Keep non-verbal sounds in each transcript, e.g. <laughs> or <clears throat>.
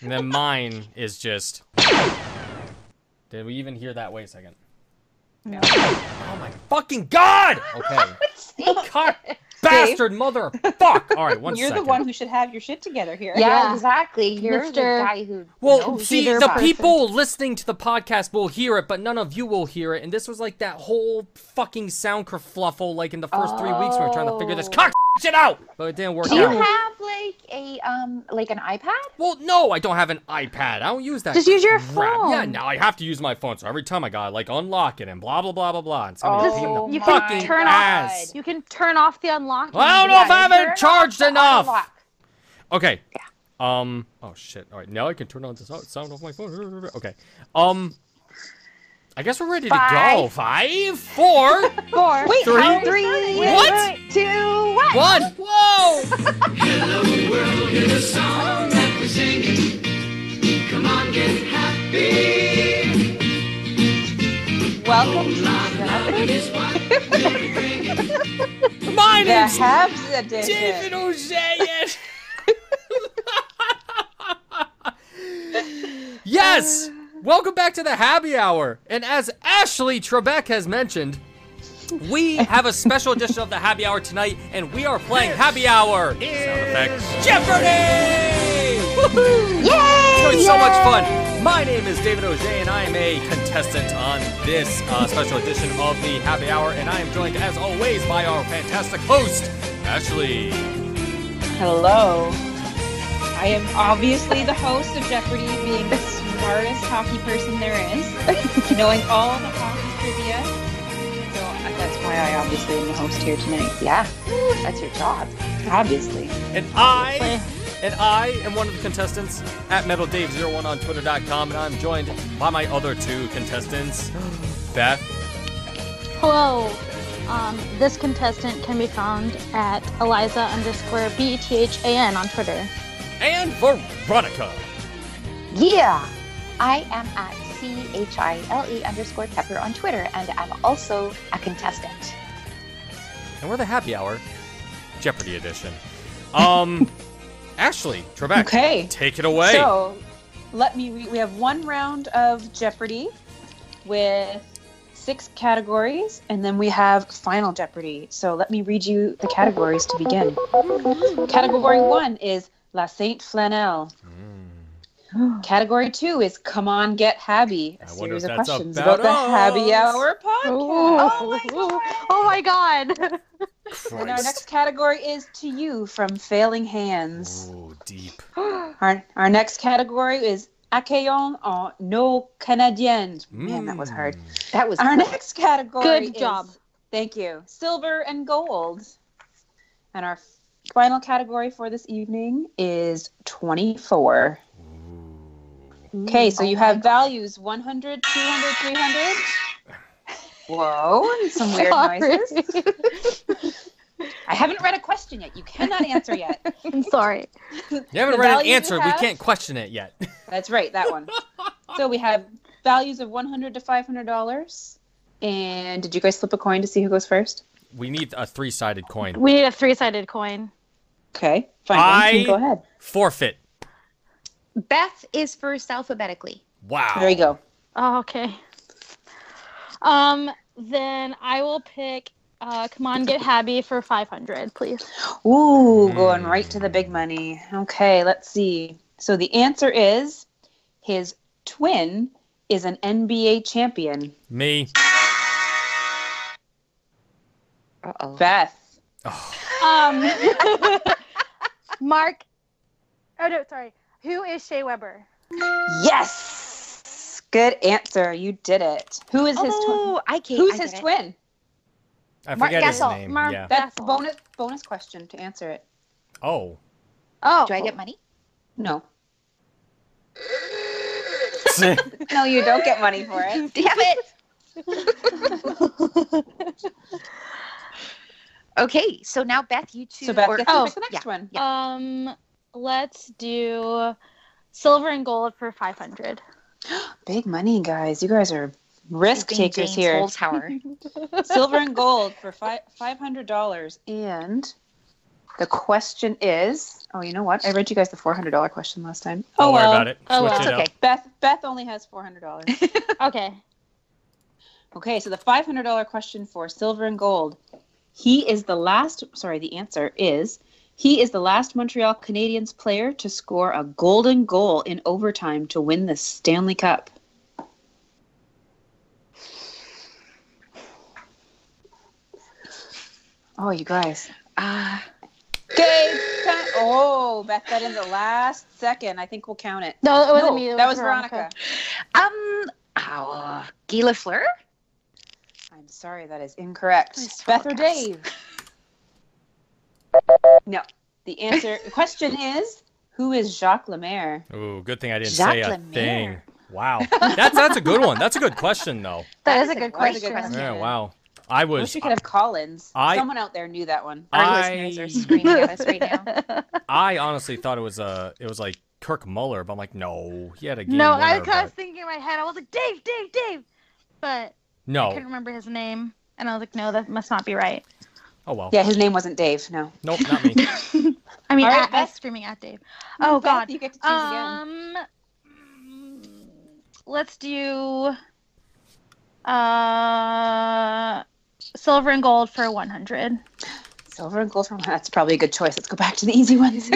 And then mine is just. Did we even hear that? Wait a second. No. Oh my fucking god! Okay. God, bastard mother of fuck! All right, one You're second. the one who should have your shit together here. <laughs> Yeah, Yeah. exactly. You're the Mr. guy who. well, knows see, their the person. people listening to the podcast will hear it, but none of you will hear it. And this was like that whole fucking sound kerfluffle, like in the first three weeks we were trying to figure this Oh. cock shit out, but it didn't work Do you out. have like a um like an iPad? well, no, I don't have an iPad. I don't use that. Just use your crap. Yeah, phone. now I have to use my phone. So every time I gotta like unlock it and blah blah blah blah blah. It's gonna be a pain in the Oh You my can fucking turn ass. off. You can turn off the unlock. Well, I don't know if I haven't charged enough. unlock. Okay. Um. Oh shit. All right. Now I can turn on the sound, sound off my phone. Okay. Um. I guess we're ready to go. Five, four, Four. Wait, Three? how- Three. wait, What? Two. What? <laughs> one. Whoa! Welcome to the My name's Habs edition. David O'Shea. <laughs> yes. Welcome back to the Happy Hour. And as Ashley Trebek has mentioned, we have a special edition of the Happy Hour tonight, and we are playing Happy Hour. Sound effect. Jeopardy! Woohoo! It's been so much fun. My name is David O'Jay, and I am a contestant on this uh, special edition of the Happy Hour, and I am joined, as always, by our fantastic host, Ashley. Hello. I am obviously the host of Jeopardy, being the smartest hockey person there is, knowing all the hockey trivia. So uh, that's why I obviously am the host here tonight. Yeah, that's your job. Obviously. And I, and I am one of the contestants at MetalDave01 on Twitter.com, and I'm joined by my other two contestants, <gasps> Beth Hello. Um, this contestant can be found at Eliza underscore B E T H A N on Twitter. <gasps> and Veronica. Yeah, I am at c h i l e underscore Kepler on Twitter, and I'm also a contestant. And we're the Happy Hour, Jeopardy edition. <laughs> Um, Ashley Trebek, Okay. take it away. So, let me. We, we have one round of Jeopardy with six categories, and then we have Final Jeopardy. So, let me read you the categories to begin. Category one is La Sainte Flanelle. Category two is Come On Get Habby, a I wonder if series of that's questions about about, the Habby us. Hour podcast. Oh, my god. Mm, And our next category is To You from Failing Hands. Ooh, deep. oh <laughs> Our, our next category is Accueillons en no canadiennes. Man, that was hard. That was Our next category Good is- job. Thank you. Silver and gold. And our final category for this evening is 24. Mm. Okay, so you have values 100, 200, 300. Whoa, and some <laughs> weird <laughs> Sorry. noises. I haven't read a question yet. You cannot answer yet. <laughs> I'm sorry. You haven't The read an value you answer. We have? can't question it yet. <laughs> That's right, that one. so we have values of one hundred to five hundred dollars. And did you guys flip a coin to see who goes first? we need a three-sided coin. We need a three sided coin. Okay, fine. I- Go ahead. Forfeit. Oh. Beth is first alphabetically. Wow. There you go. Oh, okay. Um, then I will pick uh, Come On Get Habby for 500, please. Ooh, going right to the big money. Okay, let's see. So the answer is his twin is an NBA champion. Me. Uh oh. Beth. Oh, Um, Mark. <laughs> Oh, no, <laughs> sorry. Who is Shea Weber? Yes. Good answer. You did it. Who is his twin? Oh, I can't. Who's I his get it. twin? I Mark forget his Gasol. name. Mark- yeah. That's Bethel. bonus bonus question to answer it. Oh. Oh, Do I get money? No. No, you don't get money for <laughs> it. Damn it. <laughs> okay, so now Beth, you two. So Beth or- gets to oh, pick the next one. Um, let's do silver and gold for 500. Big money, guys. You guys are risk Being takers James here. <laughs> <laughs> Holzhauer. Silver and gold for five five hundred dollars. And The question is oh, you know what? I read you guys the $400 question last time. Don't oh, worry well. about it. Oh, Switch well. it It's up. okay. Beth, Beth only has $400. Okay. okay, so the $500 question for silver and gold. He is the last, sorry, the answer is he is the last Montreal Canadiens player to score a golden goal in overtime to win the Stanley Cup. Oh, you guys. Ah, Okay. time- Oh, Beth got in the last second. I think we'll count it. <laughs> No, it wasn't No, me. It that was Veronica. um, oh, Guy Lafleur? I'm sorry, that is incorrect. Please Beth or tell us. Dave? No. The answer the question is who is Jacques Lemaire? Ooh, good thing I didn't say a Jacqueline thing. Mayer. Wow, that's that's a good one. That's a good question though. That is a good That is a question. good question. Yeah, wow. I I was wish we could have Collins. I- Someone out there knew that one. Our I- listeners <laughs> are screaming at us right now. I honestly thought it was uh it was like Kirk Muller, but I'm like no, he had a game No, winner, I was kind but- of thinking in my head. I was like, Dave, Dave, Dave. But I no. couldn't remember his name. And I was like, no, that must not be right. Oh well, Yeah, his name wasn't Dave, no. nope, not me. I mean, All I, right, I was Beth. screaming at Dave. Oh, Beth, God. You get to choose again. Um, let's do uh, silver and gold for 100. Silver and gold from that's probably a good choice. Let's go back to the easy <laughs> ones.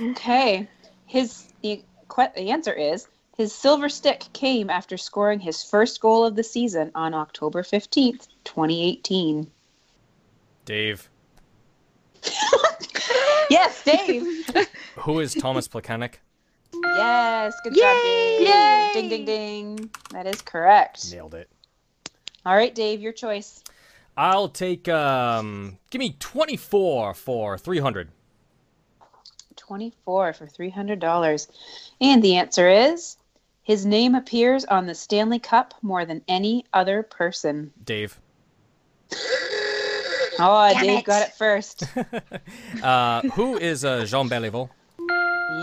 okay. His the que- the answer is his silver stick came after scoring his first goal of the season on October 15th, 2018. Dave, <laughs> Yes, Dave. who is Thomas Plekanec? yes, good job, Dave. Yay! Ding ding ding. That is correct. Nailed it. All right, Dave, your choice. I'll take um give me 24 for 300. 24 for $300. And the answer is his name appears on the Stanley Cup more than any other person. Dave. <laughs> Oh, Damn Dave it. got it first. uh who is uh, Jean Beliveau?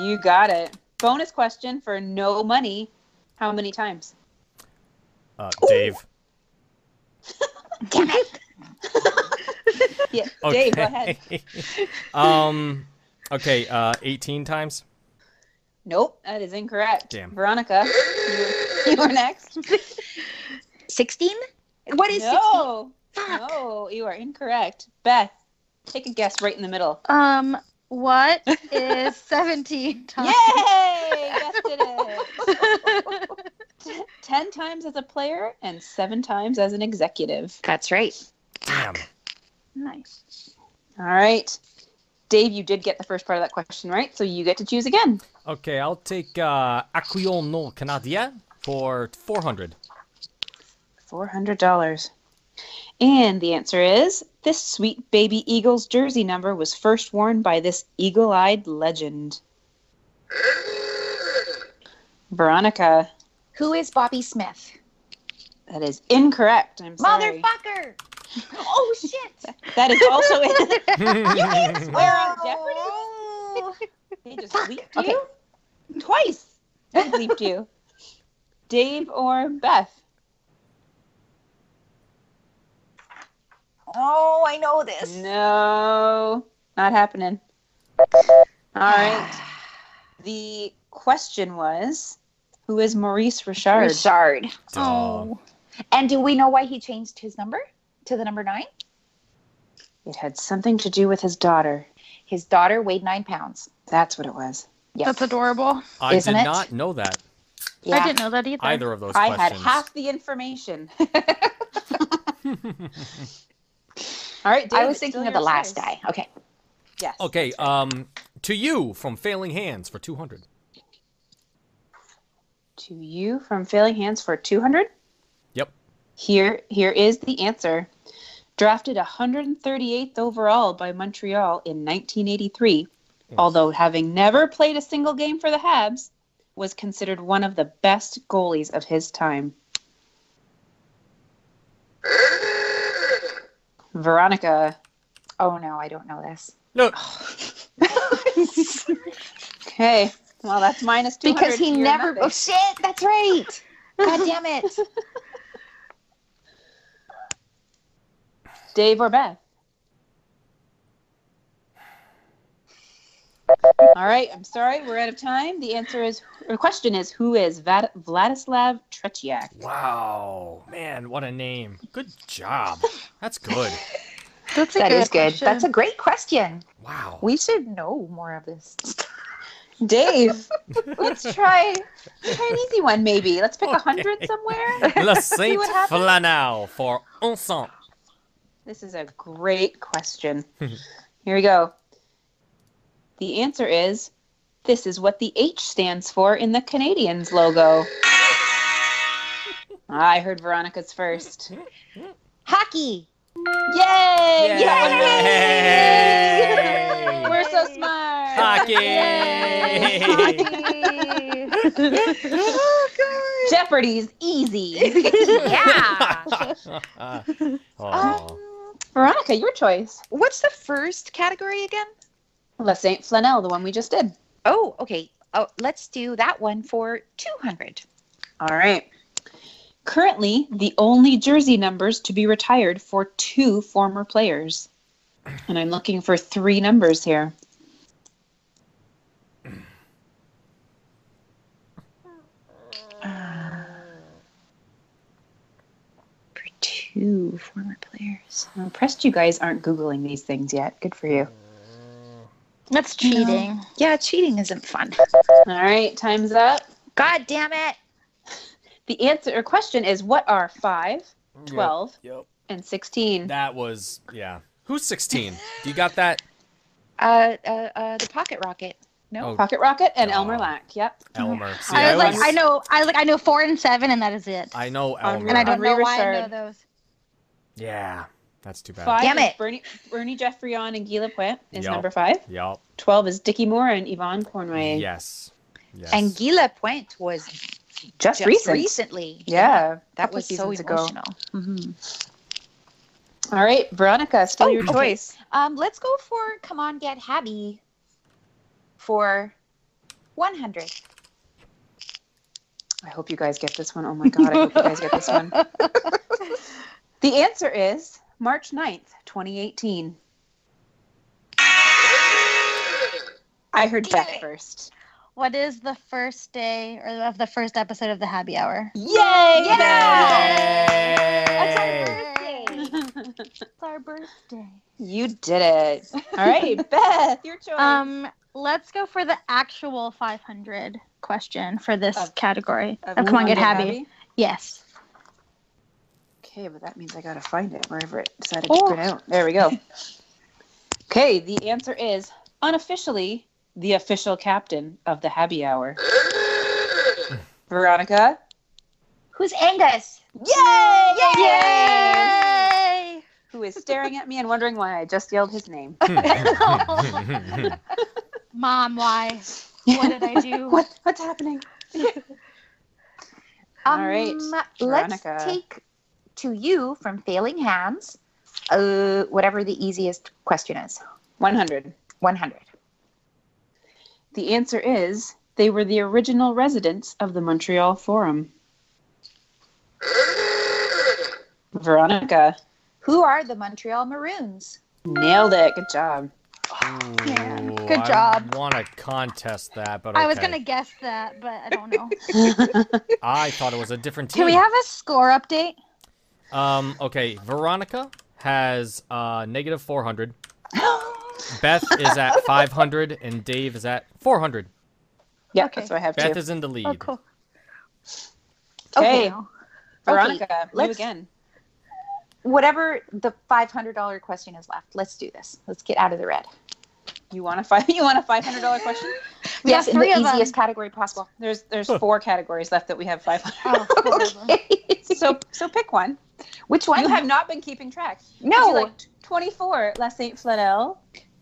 you got it. Bonus question for no money. How many times? Uh Dave. Damn it. Yeah, <laughs> Okay. Dave, go ahead. <laughs> um okay, uh 18 times. Nope, that is incorrect. Damn. Veronica, you, you <laughs> are next. 16? What is 16? no, Fuck. no, you are incorrect. Beth, take a guess right in the middle. Um, what <laughs> is 17 times? Yay! Beth did it. <laughs> Ten times as a player and seven times as an executive. That's right. Damn. Nice. All right. Dave, you did get the first part of that question right, so you get to choose again. Okay, I'll take uh Acquion no Canadien for 400. $400. And the answer is this sweet baby Eagles jersey number was first worn by this eagle eyed legend. Veronica, Who is Bobby Smith? that is incorrect. I'm sorry. <laughs> Motherfucker! Oh, shit! <laughs> That is also in. We're on Jeopardy. <laughs> Oh. They just Fuck. bleeped you twice. They bleeped you. Dave or Beth? oh, I know this. <sighs> No, not happening. All Ah. right. The question was, who is Maurice Richard? Richard. Duh. Oh. And do we know why he changed his number to the number nine? It had something to do with his daughter. His daughter weighed nine pounds. That's what it was. Yes. That's adorable. I Isn't did it? not know that. Yeah. I didn't know that either. Either of those I questions. had half the information. <laughs> All right, Dave, I was it's still thinking of the your last choice. guy. Okay. Yes. <laughs> Okay, um to you from Failing Hands for 200. To you from Failing Hands for 200? Yep. Here, here is the answer. Drafted 138th overall by Montreal in 1983, although having never played a single game for the Habs, was considered one of the best goalies of his <laughs> time. Veronica. Oh, no, I don't know this. <laughs> <laughs> No, Okay. Well, that's minus 200. Because he You're never. nothing. Oh, shit! That's right! God <laughs> damn it. Dave or Beth? All right, I'm sorry, we're out of time. The answer is, the question is, who is Vad- Vladislav Tretiak? Wow, man, what a name. Good job. That's good. That's That is good. That's a great question. Wow. We should know more of this. Dave, <laughs> let's try, try an easy one, maybe. Let's pick a hundred Okay. somewhere. <laughs> La Saint what happens? Flanau for Ensemble. This is a great question. Here we go. The answer is, this is what the H stands for in the Canadians logo. I heard Veronica's first. Hockey. Yay! Yay! We're so smart. Hockey. <laughs> oh, God. <laughs> Jeopardy's easy. <laughs> yeah. Um, oh. Veronica, your choice. What's the first category again? La Saint Flanelle, the one we just did. Oh, okay. Oh, let's do that one for 200. All right. Currently, the only jersey numbers to be retired for two former players. And I'm looking for three numbers here. For two former players. I'm impressed you guys aren't Googling these things yet. Good for you. That's cheating. Yeah, cheating isn't fun. All right, time's up. God damn it. The answer or question is what are 5, 12, Yep. and 16? That was yeah. Who's 16? Do you got that? Uh, uh, uh, the pocket rocket. No. Oh, Pocket Rocket and God. Elmer Lack. Yep. <laughs> Elmer. See, I, I was like, always- I know, I like, I know four and seven, and that is it. I know Elmer. and I don't Henry know why I Richard. know those. Yeah, that's too bad. 5 Damn is it. Bernie, Bernie Jeffreyon and Gila Puent is Yup. number 5. Yup. 12 is Dickie Moore and Yvonne Cornway. Yes. Yes. And Gila Point was just, Just, recent. recently. Yeah. That couple was so seasons ago. Mm-hmm. emotional. All right, Veronica, still Oh, your okay. choice. Um, let's go for Come On Get Happy for 100. I hope you guys get this one. Oh my God, I hope you guys get this one. <laughs> The answer is March 9th, 2018. I heard Damn Beth it. first. What is the first day or of the first episode of the Happy Hour? Yay! Yay! It's our birthday. You did it. <laughs> All right, Beth, your choice. Um, let's go for the actual 500 question for this Of- category. Of oh, come on, Moonlight get happy. Abbey? Yes. Okay, but that means I gotta find it wherever it decided to Oh. print out. There we go. <laughs> okay, the answer is unofficially the official captain of the Happy Hour. Veronica. Who's Angus? Yay! Yay! Who is staring at me and wondering why I just yelled his name. <laughs> Mom, why? What did <laughs> I do? <laughs> What what's happening? All right, Veronica. Um, Let's take to you from Failing Hands, uh, whatever the easiest question is 100. 100. The answer is they were the original residents of the Montreal Forum. Veronica Who are the Montreal Maroons? nailed it. Good job. <laughs> Yeah. Ooh, Good job. I want to contest that, but I was okay. gonna guess that, but I don't know. I thought it was a different team. <laughs> Can we have a score update? Um. Okay. Veronica has uh negative four hundred. Beth is at five hundred, and Dave is at four hundred. Yeah, Okay. that's what I have Beth too. is in the lead. Oh, cool. Okay, Wow. Veronica, you let's- again. Whatever the $500 question is left, let's do this. Let's get out of the red. You want a five? <laughs> You want a five hundred dollar question? We have yes, in the three of them. easiest category possible. There's there's four categories left that we have five hundred. Oh, <laughs> whatever. <laughs> So so pick one. Which one? You have not been keeping track. no. Would you like twenty four. La Saint Flanelle.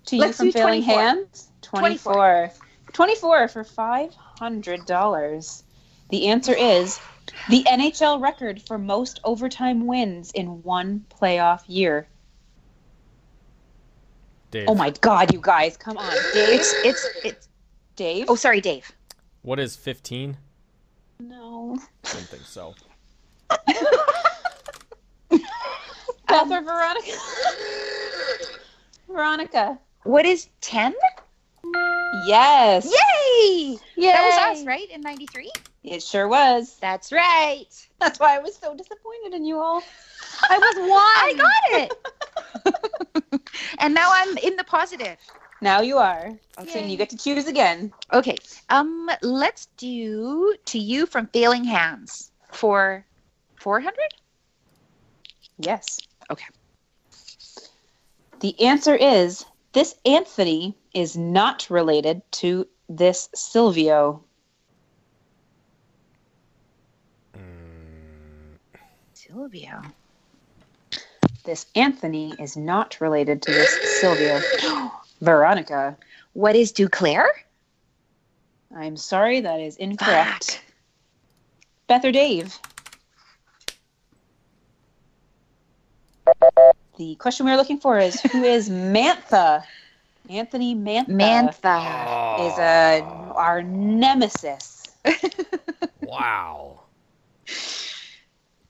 To you Let's from do Failing 24. Hands. 24. 24 for five hundred dollars. The answer is the NHL record for most overtime wins in one playoff year. Dave, Oh my God, you guys, come on, Dave. it's, it's, it's, Dave. oh, sorry, Dave. What is fifteen? no. Don't think so. Beth um, or <laughs> Veronica? Veronica. What is 10? Yes. Yay! Yeah. That was us, right? In 93? It sure was. That's right. That's why I was so disappointed in you all. I was one. I got it. <laughs> and now I'm in the positive. Now you are. Okay. So you get to choose again. Okay. Um, let's do to you from failing hands for 400. Yes. Okay. The answer is this Anthony is not related to this Silvio. Silvio. This Anthony is not related to this Silvio. <gasps> Veronica. What is Duclair? I'm sorry, that is incorrect. Fuck. Beth or Dave? The question we are looking for is who is Mantha? Anthony Mantha, Mantha. is a, our nemesis. wow.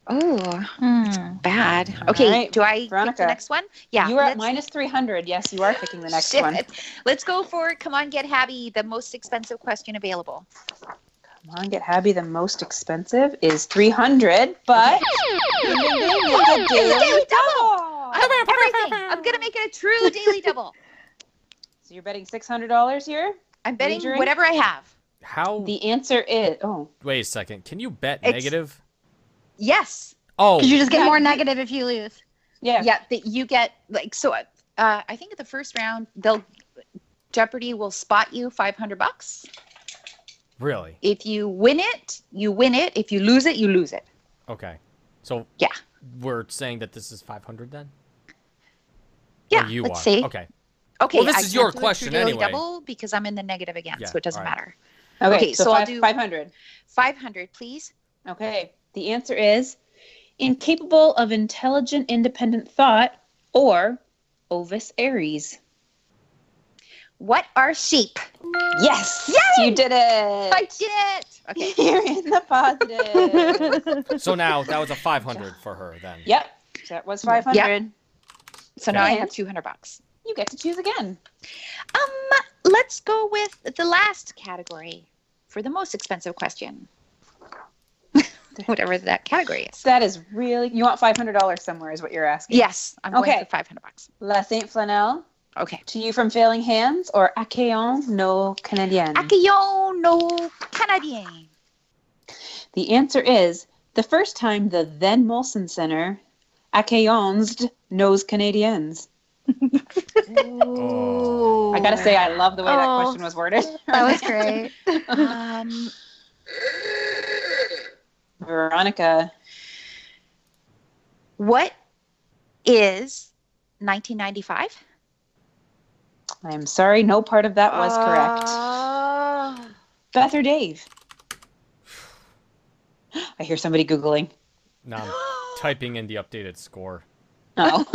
Oh, Hmm. bad. All Okay. right, Do I pick Veronica. the next one? Yeah. you are at let's- minus 300. Yes, you are picking the next Shit. one. Let's go for come on, get happy, the most expensive question available. Come on, get happy. The most expensive is 300, <laughs> but you can make a daily double. I'm, everything. I'm gonna make it a <laughs> true daily double. So you're betting $600 here? I'm betting Wagering? whatever I have. How? The answer is oh, Wait a second. Can you bet It's- negative? Yes. Oh, Because you just get Yeah. more negative if you <laughs> lose. yeah. Yeah, that you get like so. Uh, I think at the first round, they'll Jeopardy will spot you 500 bucks. really? If you win it, you win it. If you lose it, you lose it. Okay. So Yeah. we're saying that this is 500 then? Yeah. Or you let's are. see. Okay. Okay. Well, this I is can't your do a true question daily anyway. Double because I'm in the negative again, Yeah, so it doesn't all right. matter. Okay, Okay, so, so I'll five, do- 500. 500, please. Okay, the answer is incapable of intelligent independent thought or Ovis Aries. What are sheep? Yes, you did it. I did it. Okay. <laughs> You're in the <laughs> positive. So now that was a 500 for her then. yep, so that was 500. So now I Okay. have 200 bucks. You get to choose again. Um, let's go with the last category for the most expensive question. <laughs> Whatever that category is. So that is really, you want $500 somewhere, is what you're asking. Yes, I'm Okay. going for 500 bucks. La Sainte Flanelle, Okay. to you from Failing Hands, or Accueillons No Canadiennes? Accueillons nos Canadiens. The answer is the first time the then Molson Center, Acayonsed, knows Canadians. Oh. I gotta say, I love the way that Oh. question was worded. <laughs> That was great. Um, Veronica. what is 1995? I'm sorry, no part of that was correct. correct. Beth or Dave? <gasps> I hear somebody Googling. <gasps> <gasps> Now I'm typing in the updated score. Oh.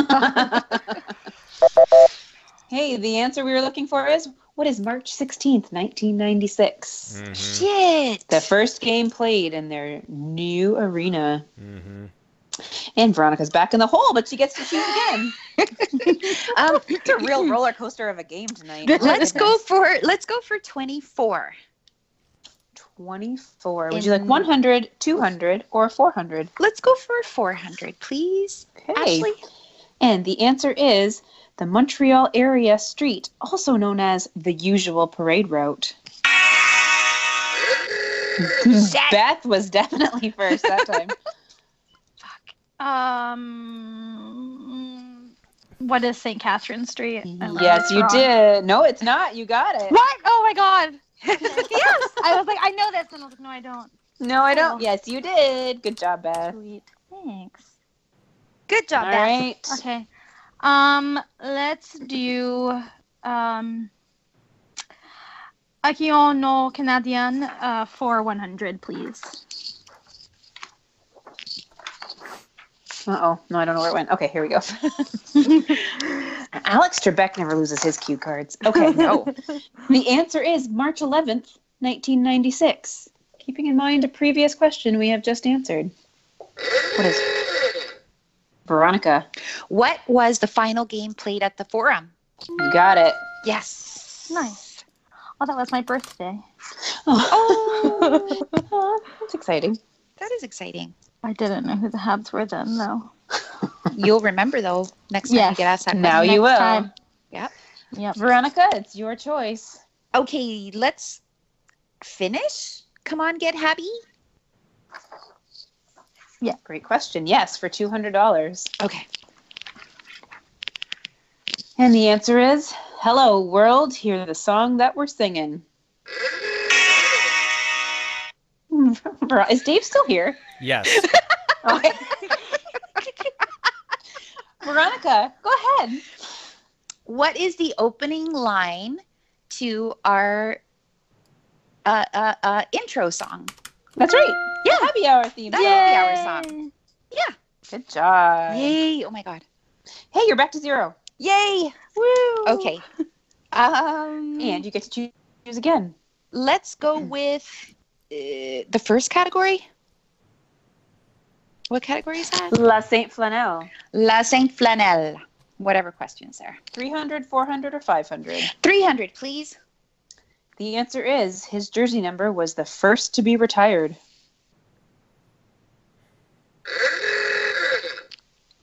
<laughs> hey, the answer we were looking for is what is March 16th, 1996? Mm-hmm. Shit. The first game played in their new arena. Mm-hmm. And Veronica's back in the hole, but she gets to choose again. um, <laughs> It's a real roller coaster of a game tonight. let's go for let's go for 24. 24. Would you like 100, 200, or 400? Let's go for 400, please. Okay. <laughs> Ashley. And the answer is the Montreal area street, also known as the usual parade route. Beth was definitely first that time. Um, what is St. Catherine Street? I love yes, it's you wrong. did. No, it's not. You got it. What? Oh my god. <laughs> yes. I was like, I know this, and I was like, no, I don't. No, I don't. Yes, you did. Good job, Beth. Sweet. Thanks. Good job, All Dad. right. Okay. Um, let's do um Akion no Canadian uh for one hundred, please. Uh oh. No, I don't know where it went. Okay, here <laughs> we go. Alex Trebek never loses his cue cards. Okay, <laughs> no. the answer is March 11th, 1996. Keeping in mind a previous question we have just answered. What <gasps> is. Veronica. What was the final game played at the forum? You got it. Yes. Nice. Oh, that was my birthday. Oh, <laughs> that's exciting. That is exciting. I didn't know who the Habs were then, though. You'll remember though next time you Yes. get asked that question. Now you Next will. time. Yep. <laughs> Yep. Veronica, it's your choice. Okay, let's finish. Come on, get happy. Great question. Yes, for $200. Okay. And the answer is Hello, world, hear the song that we're singing. <laughs> Ver- Is Dave still here? Yes. Oh, Okay. <laughs> Veronica, go ahead. What is the opening line to our uh, uh, uh, intro song? That's right. Yeah. Happy hour theme. That's Yeah. happy hour song. Good job. Yay! Oh my god. Hey, you're back to zero. Yay! Woo. Okay. Um, And you get to choo- choose again. let's go with uh, the first category. What category is that? La Saint Flanelle. La Saint Flanelle. Whatever questions there. 300, 400, or 500? 300, please. The answer is his jersey number was the first to be retired.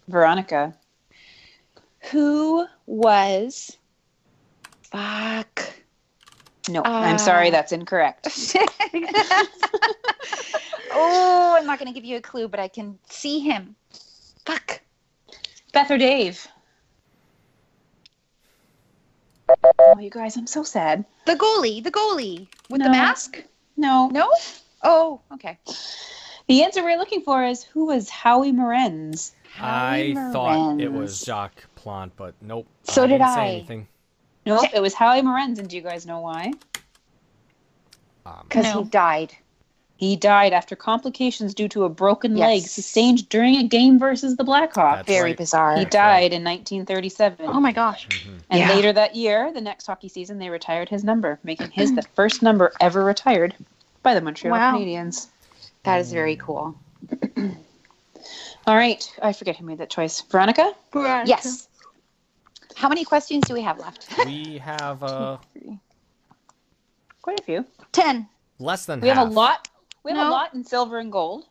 Veronica. Who was. Fuck. No, I'm sorry, that's Ah. incorrect. <laughs> oh, I'm not going to give you a clue, but I can see him. Fuck. Beth or Dave? Oh, you guys, I'm so sad. The goalie, the goalie with the No. mask? No. No? Oh, okay. The answer we're looking for is who was Howie Morenz? I Howie thought it Morenz. was Jacques Plant, but nope. So I did didn't say I. anything. Nope, it was Howie Morenz, and do you guys know why? Um, Because No. he died. He died after complications due to a broken Yes. leg sustained during a game versus the Blackhawks. That's Very right. bizarre. He That's died in 1937. Oh my gosh. mhm. And Yeah. later that year, the next hockey season, they retired his number, making his the <laughs> first number ever retired by the Montreal Wow. Canadiens. That is very cool. All right, I forget who made that choice. Veronica? Yes. How many questions do we have left? We have uh, Quite a few. Ten. less than We half. have a lot. We have a No. lot in silver and gold.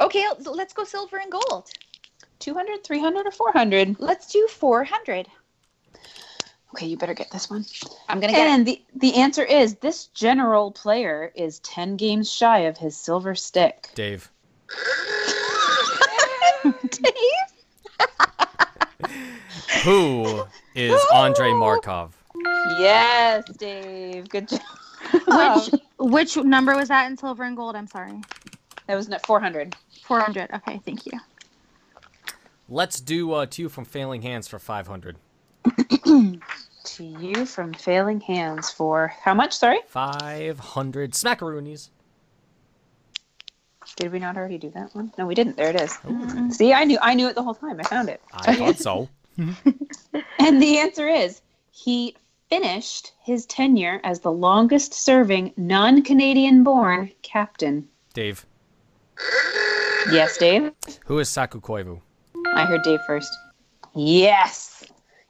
Okay, let's go silver and gold. 200, 300, or 400. Let's do 400. Okay, you better get this one. I'm going to <laughs> get And the, the answer is this general player is 10 games shy of his silver stick. Dave. <laughs> Who is Andre Markov? Yes, Dave. Good job. Um, Which which number was that in silver and gold? I'm sorry. That was not 400. Four hundred. Okay, thank you. Let's do uh, two from Failing Hands for 500. To you from Failing Hands for how much? Sorry? 500 smackaroonies. Did we not already do that one? No, we didn't. There it is. Mm. See, I knew I knew it the whole time. I found it. I thought so. And the answer is he finished his tenure as the longest serving non-Canadian born captain. Dave. Yes, Dave. Who is Saku Koivu? I heard Dave first. Yes.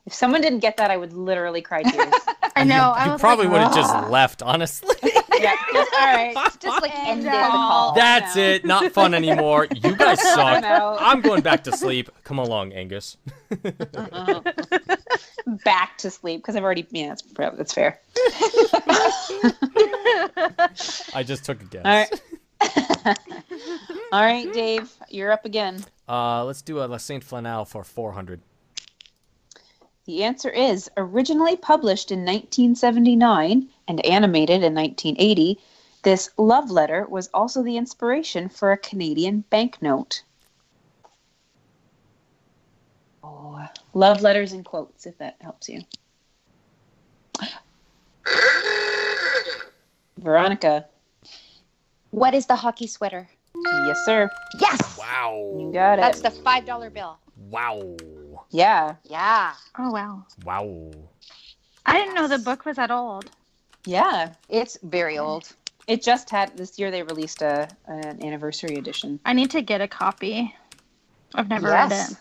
If someone didn't get that, I would literally cry tears. I know. I You was probably like, would have "Ugh." just left, honestly. yeah. Just, all right. just like end And ended the the uh, call. call. That's no. it. Not fun <laughs> anymore. You guys I'm suck. out. I'm going back to sleep. Come along, Angus. Oh. <laughs> Back to sleep because I've already. Yeah, that's, prob- that's fair. I just took a guess. All right. <laughs> All right, Dave, you're up again. Uh, let's do a La Sainte Flanelle for 400. The answer is originally published in 1979 and animated in 1980. This love letter was also the inspiration for a Canadian banknote. Oh, love letters in quotes, if that helps you. Veronica. What is the hockey sweater? Yes, sir. Yes. You Wow. got it. That's the $5 bill. Wow. yeah. Yeah. Oh wow. Wow. I didn't know the book was that old. Yeah. It's very old. It just had this year they released a an anniversary edition. I need to get a copy. I've never read Yes. it.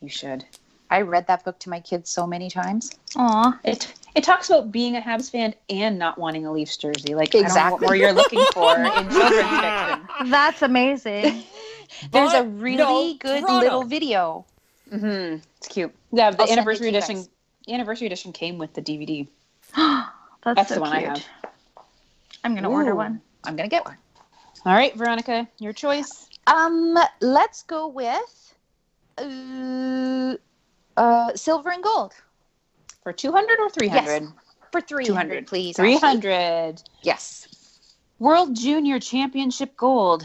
You should. I read that book to my kids so many times. Aw. It It talks about being a Habs fan and not wanting a Leafs jersey. Like I don't know what Exactly. more you're looking for <laughs> in children's fiction. That's amazing. There's a But really no good Toronto. little video. hmm It's cute. Yeah, the I'll send it anniversary to you guys. edition. The anniversary edition came with the DVD. <gasps> That's, That's so the one cute. I have. I'm gonna order Ooh. one. I'm gonna get one. All right, Veronica, your choice. Um, let's go with uh, uh, silver and gold For 200 or 300? for three 200. hundred, please. Ashley. 300. Yes. World Junior Championship Gold.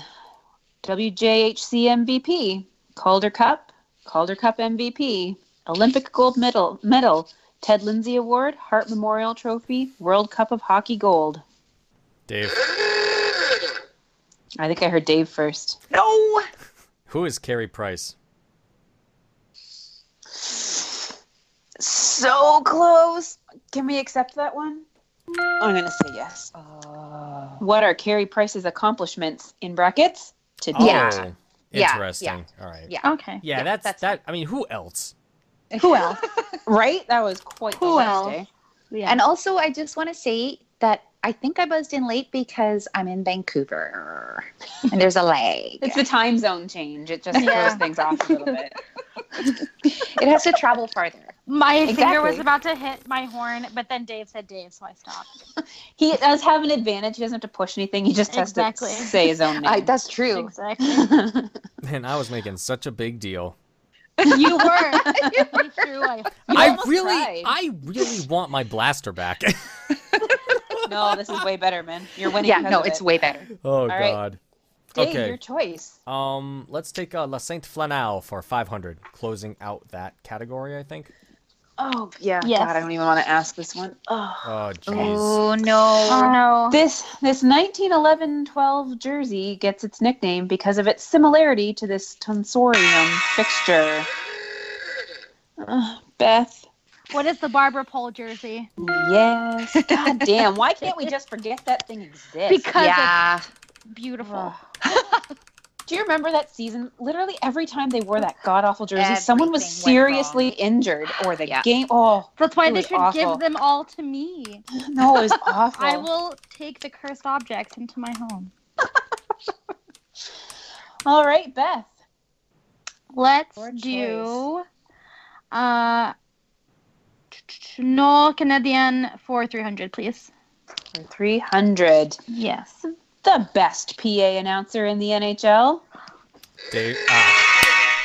WJHC MVP. Calder Cup. Calder Cup MVP. Olympic Gold Medal. medal Ted Lindsay Award. Hart Memorial Trophy. World Cup of Hockey Gold. Dave, I think I heard Dave first. No. who is Carrie Price? So close. Can we accept that one? I'm going to say yes. Uh, Oh. What are Carrie Price's accomplishments in brackets? To Oh, Yeah. Yeah, Interesting. All right. Yeah. Okay. Yeah, Yeah, that's, that's that. I mean, who else? Who else? right? That was quite Who the else? List, eh? Yeah. And also, I just want to say that I think I buzzed in late because I'm in Vancouver and there's a <laughs> lag. It's the time zone change. It just Yeah. throws things off a little bit. it has to travel farther. my finger was Exactly. about to hit my horn, but then Dave said Dave, so I stopped. He does have an advantage. He doesn't have to push anything. He just has Exactly. to say his own name. <laughs> I, that's true. <laughs> Exactly. Man, I was making such a big deal. <laughs> You <laughs> were. you threw a <laughs> I almost really, cried. I really want my blaster back. <laughs> no, this is way better, man. You're winning. Yeah, because no, of it's it. way better. oh right. God. Dave, okay. your choice. Um, let's take uh, La Sainte Flanelle for 500, closing out that category. I think. Oh yeah. Yes. God, I don't even want to ask this one. Oh. Oh jeez. Oh no. Oh no. This this 1911-12 jersey gets its nickname because of its similarity to this tonsorium fixture. Ugh, Beth. What is the Barbara Pole jersey? Yes. God damn. Why can't we just forget that thing exists? Because Yeah. it's beautiful. Do you remember that season? Literally every time they wore that god awful jersey, someone was Everything went wrong. seriously injured or the Yeah. game. Oh That's why It they was should awful. give them all to me. no, it <laughs> was awful. I will take the cursed objects into my home. All right, Beth. Let's Your do uh no Canadian for 300, please. For three hundred, Yes. the best PA announcer in the NHL. Dave. Ah,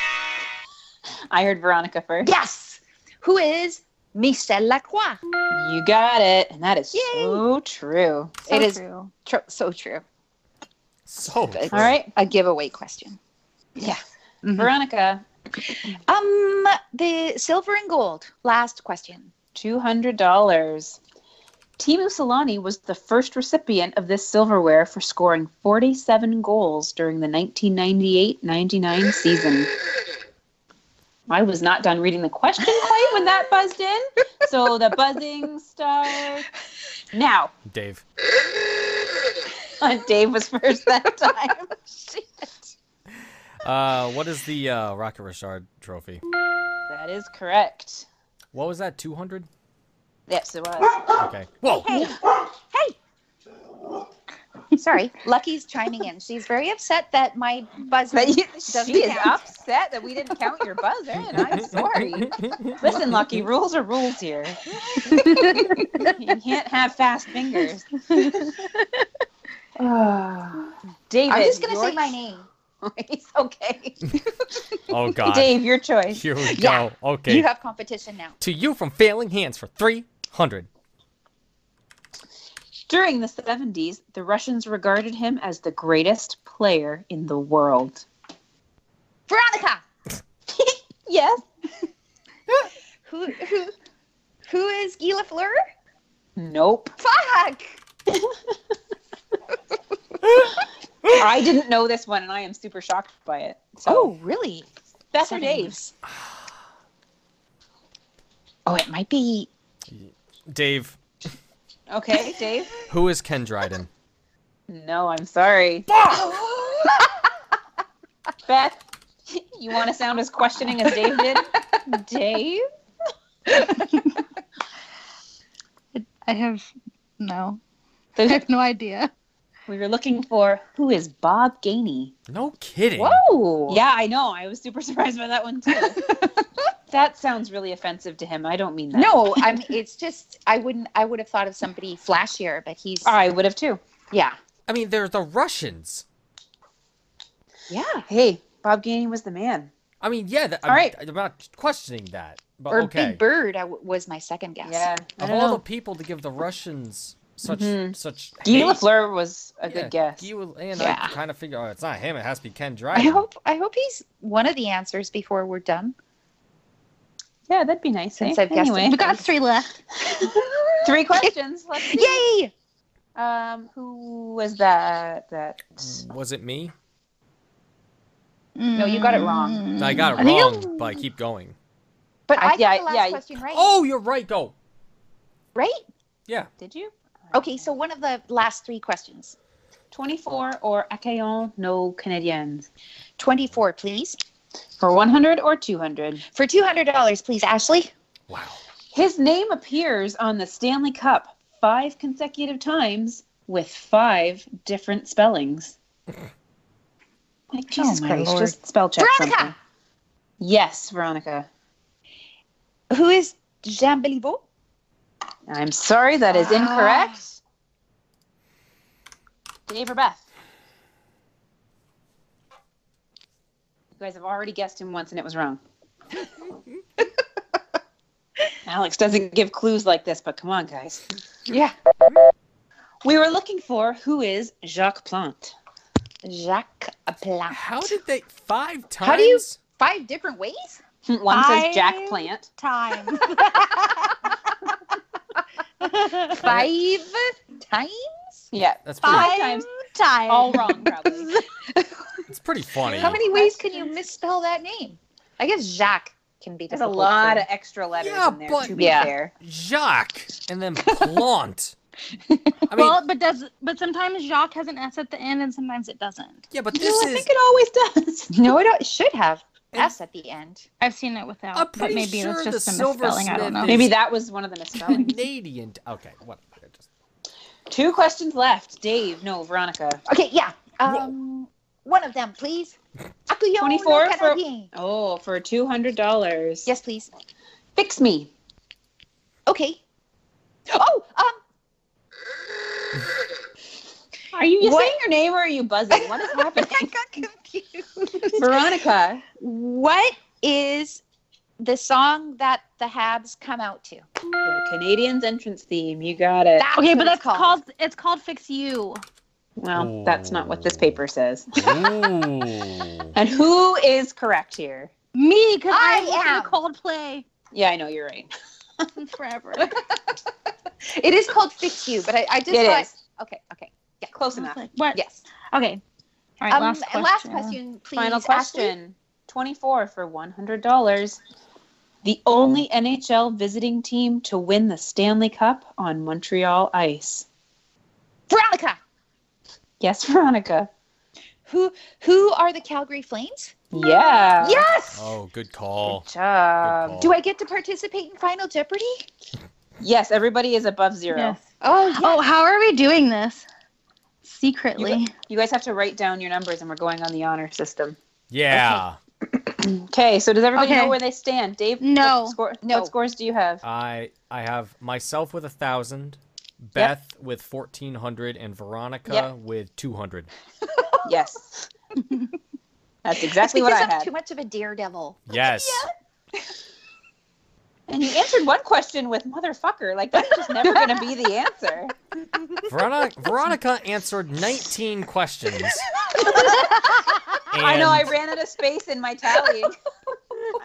I heard Veronica first. Yes. Who is Michel Lacroix? You got it, and that is Yay. so true. So It is- <sighs> true. Tr- so true. so. It's- true. All right, A giveaway question. Yeah. Mhm. Veronica, Um, the silver and gold. Last question. two hundred dollars. Timu Solani was the first recipient of this silverware for scoring 47 goals during the 1998-99 season. I was not done reading the question quite when that buzzed in, so the buzzing starts now. <laughs> Dave. Dave was first that time. <laughs> Uh, what is the uh, Rocket Richard Trophy? That is correct. What was that? 200? Yes, it was. Okay. Whoa. Hey. Hey. Sorry. Lucky's chiming in. She's very upset that my buzz But you, doesn't she is count. upset that we didn't count your buzzer, <laughs> and I'm sorry. Listen, Lucky, rules are rules <laughs> here. you can't have fast fingers. David, I'm just gonna your say my name. choice. okay. <laughs> Oh God. Dave, your choice. Here we Yeah. go. Okay. You have competition now. to you from Failing Hands for 300. During the 70s, the Russians regarded him as the greatest player in the world. Veronica. Yes. Who who who is Gila Fleur? <gasps> Nope. Fuck. I didn't know this one, and I am super shocked by it. So, Oh, really? Beth or Dave's? Oh, it might be Dave, Okay, Dave. who is Ken Dryden? No, I'm sorry. <laughs> Beth, you want to sound as <laughs> questioning as Dave did? Dave? I have no. <laughs> I So have no idea. we were looking for who is Bob Gainey? No kidding. Whoa. Yeah, I know. I was super <laughs> surprised by that <laughs> one too. that sounds really offensive to him. I don't mean that. No, I mean it's just I wouldn't. I would have thought of somebody flashier, but he's I would have too. yeah, I mean, they're the Russians. yeah. Hey, Bob Gainey was the man. I mean, yeah. That, I'm, All right. I'm not questioning that. But Or okay. Big Bird I w- was my second guess. I of don't all <laughs> know. the people to give the Russians such Mhm. such Guy hate, Lafleur was a yeah, good guess. Guy Laf- and I Yeah. kind of figure, oh, it's not him. It has to be Ken I Dryden. hope I hope he's one of the answers before we're <laughs> done. yeah, that'd be nice. Since eh? I've guessed anyway, <laughs> We got three left. <laughs> three questions. Let's see. Yay! Um, who was that? That Mm. Was it me? No, you got it wrong. Mm. I got it I think wrong, I'm- but I keep going. But I- I, got yeah, the last yeah. question right. Oh, you're right. Go. Right? Yeah. did you? Okay, so one of the last three questions. twenty-four or accueillons no Canadiens Twenty-four, please. for one hundred or two hundred. For two hundred dollars, please, Ashley. Wow. His name appears on the Stanley Cup five consecutive times with five different spellings. Like, oh Jesus my Christ, Lord. just spell check Veronica! something. Yes, Veronica. Who is Jean Béliveau? I'm sorry, that is incorrect. Dave or Beth? You guys have already guessed him once and it was <laughs> wrong. Alex doesn't give clues like this, but come on, guys. Yeah, We were looking for who is Jacques Plante. Jacques Plante. How did they five times? How do you- Five different ways. <laughs> One I- says Jack <laughs> Plant. Time. <laughs> Five times. Yeah, That's pretty. Five Five times. times. all <laughs> wrong, probably. It's pretty funny. How many ways can you misspell that name? I guess Jacques can be. There's a difficult lot too. of extra letters Yeah, in there, but- to be Yeah. fair. Jacques and then Plant. I mean, well, but does but sometimes Jacques has an S at the end and sometimes it doesn't. yeah, but No, this I is. think it always does. <laughs> No, it don't- it should have And- S at the end. I've seen it without, I'm but pretty maybe sure it's the just a misspelling. I don't know. silversmith Maybe that was one of the misspellings. Canadian. Okay, what? I just- Two questions left. Dave, no, Veronica. Okay, yeah. Um, one of them, please. Accueillons 24 nos for- Canadiens. Oh, for two hundred dollars. Yes, please. Fix me. Okay. Oh, um, <laughs> Are you What- saying your name or are you buzzing? What is <laughs> I happening? <laughs> got confused. Veronica. what is the song that the Habs come out to? The Canadian's entrance theme. You got it. That's Okay, what but it's that's called. it's called Fix You. Well, that's not what this paper says. Ooh. And who is correct here? Me, because I I, listened am. to Coldplay Yeah, I know you're right. forever. It is called Fix You, but I, I just It thought. is. Okay, okay. Close I enough. was like, what? Yes. Okay. All right, Um, last question. and last question, please. Final Ashley. question. 24 for $100. The only NHL visiting team to win the Stanley Cup on Montreal ice. Veronica, Yes, Veronica. who who are the Calgary Flames? Uh, Yeah. yes. Oh, good call. Good job. Good Do I get to participate in Final Jeopardy? Yes, everybody is above zero. Yes. Oh, Oh, how are we doing this? Secretly. You guys have to write down your numbers, and we're going on the honor system. Yeah. Okay. So does everybody Okay. know where they stand, Dave? No. What, score, No. what scores do you have? I I have myself with a thousand, Beth with fourteen hundred, and Veronica Yep. with two <laughs> hundred. Oh. yes. <laughs> That's That's exactly because what I I'm had. too much of a daredevil. Yes. and you answered one question with motherfucker. Like that's just never going to be the answer. Veronica Veronica answered nineteen questions. <laughs> I know. I and- ran out of space in my tally. I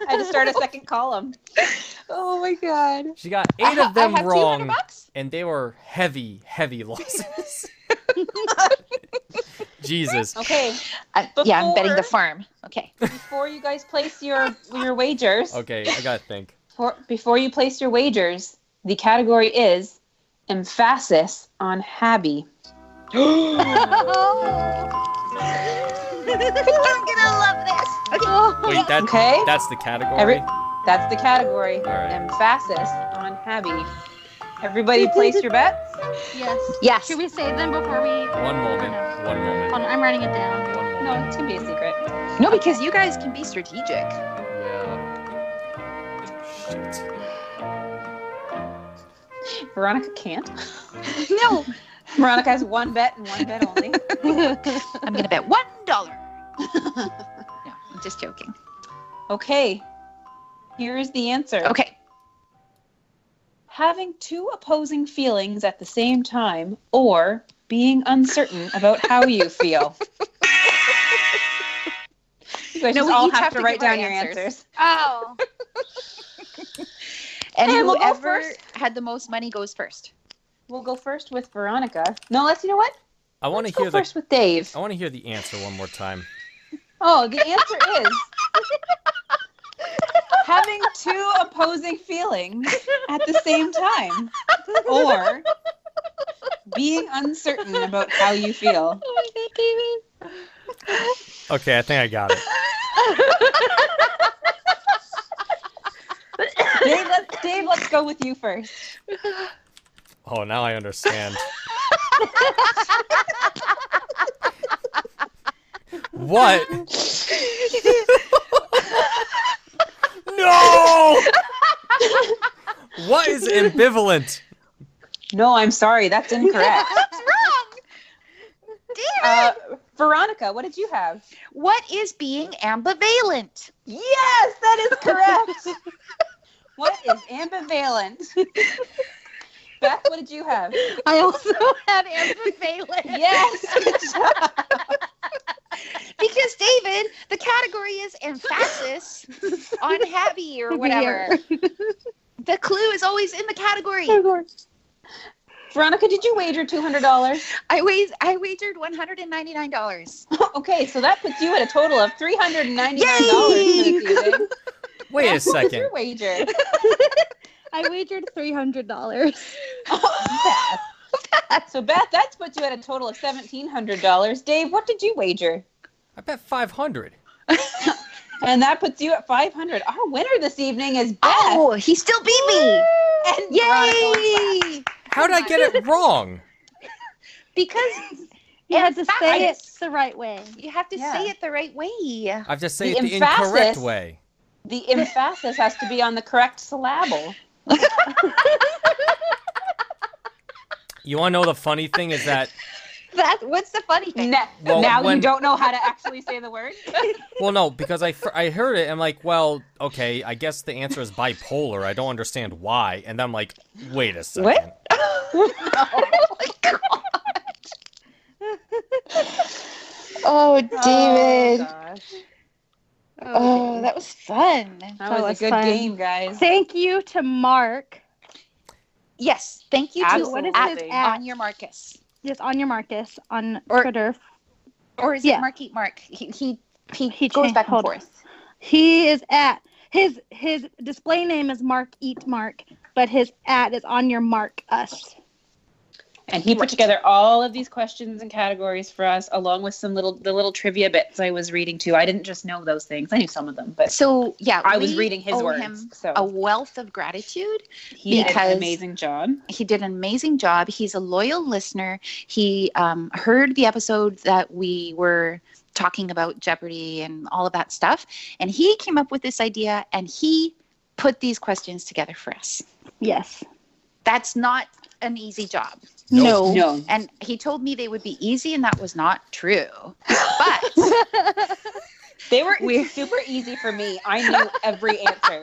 had to start a second column. <laughs> Oh my <laughs> god. She got eight <laughs> of them I have 200 wrong, bucks? and they were heavy, heavy losses. <laughs> Jesus. Okay. I- yeah, I'm betting the Before- farm. <laughs> Okay. Before you guys place your your wagers. Okay, I gotta think. For, before you place your wagers, the category is emphasis on Habby. I'm gonna love this. Okay. Wait, that Okay. that's the category. Every- That's the category. right. Emphasis on Habby. Everybody place your bets. Yes. Yes. Should we say them before we? One moment. One moment. Hold on, I'm writing it down. One moment. No, it's gonna be a secret. No, because you guys can be strategic. Yeah. Shit. Veronica can't. <laughs> No. Veronica has one bet and one bet only. I'm gonna bet one dollar. no, I'm just joking. Okay. Here is the answer. Okay. Having two opposing feelings at the same time or being uncertain about how you feel. You guys No, just we all each have, have to to write give our down your answers. answers. Oh. And Hey, we'll go whoever first. had the most money goes first. We'll go first with Veronica. No, let's you know what? I want to Go hear the first with Dave. I want to hear the answer one more time. Oh, the answer is having two opposing feelings at the same time or being uncertain about how you feel. Oh my Okay, I think I got it. Dave, let, Dave let's go with you first. Oh, now I understand. what? no! what is ambivalent? No, I'm sorry, that's incorrect. What's wrong? Damn Uh, Veronica, what did you have? What is being ambivalent? Yes, that is correct. what is ambivalent? Beth, what did you have? I <laughs> also That <laughs> ambivalent. Yes, good job. Because David, the category is <laughs> emphasis on happy or <laughs> whatever. the clue is always in the category. <laughs> Veronica, did you wager two hundred dollars? I wa- I wagered one hundred and ninety nine dollars. Okay, so that puts you at a total of three hundred and ninety-nine Yay! dollars. Wait a What was second. your wager? <laughs> I wagered three hundred dollars. so Beth, that's put you at a total of seventeen hundred dollars. Dave, what did you wager? I bet 500. And that puts you at five hundred. Our winner this evening is Beth Oh, he still beat me! and Veronica. Yay! How did I get it wrong? Because You had to say it emphasis. the right way. you have to Yeah. say it the right way. I've just said The it the incorrect emphasis- way. The emphasis has to be on the correct syllable. You want to know the funny thing is that That what's the funny thing? Ne- Well, now when- you don't know how to actually say the word. Well, no, because I, fir- I heard it. I'm like, well, okay, I guess the answer is bipolar. I don't understand why. And I'm like, wait a second. <laughs> What? oh my god! oh, Oh, David! gosh. Oh, that was fun. That, That was, was a good fun. game, guys. Thank you to Mark. Yes, thank you to Absolutely. at, Absolutely. on your Marcus Yes, on your Marcus on Or- Twitter. or is Yeah. it Marky Mark? He he he, He goes changed- back and hold on. forth. He is at his his display name is Mark Eat Mark, but his at is on your Mark Us. And he put together all of these questions and categories for us, along with some little the little trivia bits I was reading too. I didn't just know those things; I knew some of them, but So yeah, I was we reading his owe words. him so a wealth of gratitude. he did because- an amazing job. He did an amazing job. He's a loyal listener. He um, heard the episode that we were talking about Jeopardy and all of that stuff, and he came up with this idea and he put these questions together for us. Yes. That's not an easy job. Oh. No. No, And he told me they would be easy, and that was not true. But <laughs> they were We- super easy for me. I knew every answer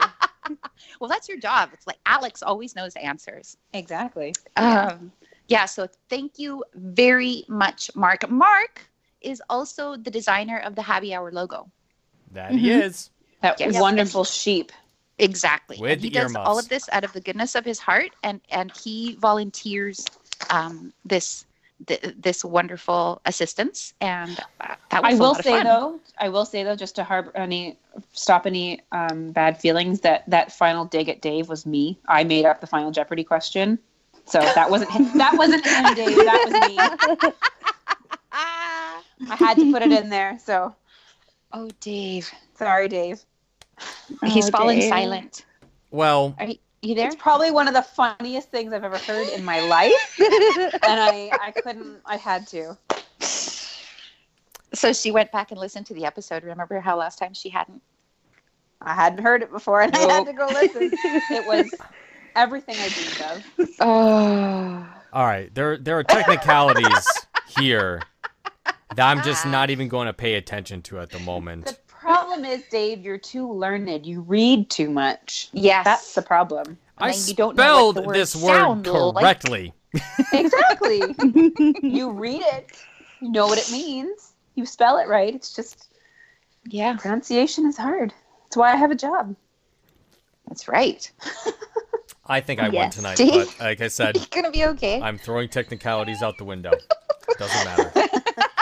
well, that's your job. It's like Alex always knows the answers. <laughs> exactly. Um, yeah, so thank you very much, Mark. Mark is also the designer of the Happy Hour logo. That he is. That Yes. wonderful sheep. Exactly. With and he does earmuffs. all of this out of the goodness of his heart, and and he volunteers um, this th- this wonderful assistance. And uh, that was I a will lot of say fun. though, I will say though, just to harbor any stop any um, bad feelings that that final dig at Dave was me. I made up the final Jeopardy question, so that wasn't him- that wasn't him, Dave. That was me. Ah, I had to put it in there. So oh, Dave, sorry, Dave. he's Oh, fallen Dave. silent. Well, Are you- You there? It's probably one of the funniest things I've ever heard in my life, <laughs> and I, I couldn't. I had to. So she went back and listened to the episode. Remember how last time she hadn't? I hadn't heard it before, and I had Nope. to go listen. <laughs> it was everything I dreamed of. Oh. All right, there there are <laughs> technicalities here that I'm Ah. just not even going to pay attention to at the The moment. problem is, Dave, you're too learned. You read too much. Yes. That's the problem. I then you don't know spelled what the words this word sound like. correctly. Exactly. <laughs> you read it, you know what it means, you spell it right. It's just yeah, pronunciation is hard. That's why I have a job. that's right. I think I won Yes. <laughs> tonight, See? but like I said, You're gonna be okay. I'm throwing technicalities out the window. Doesn't <laughs> matter. <laughs>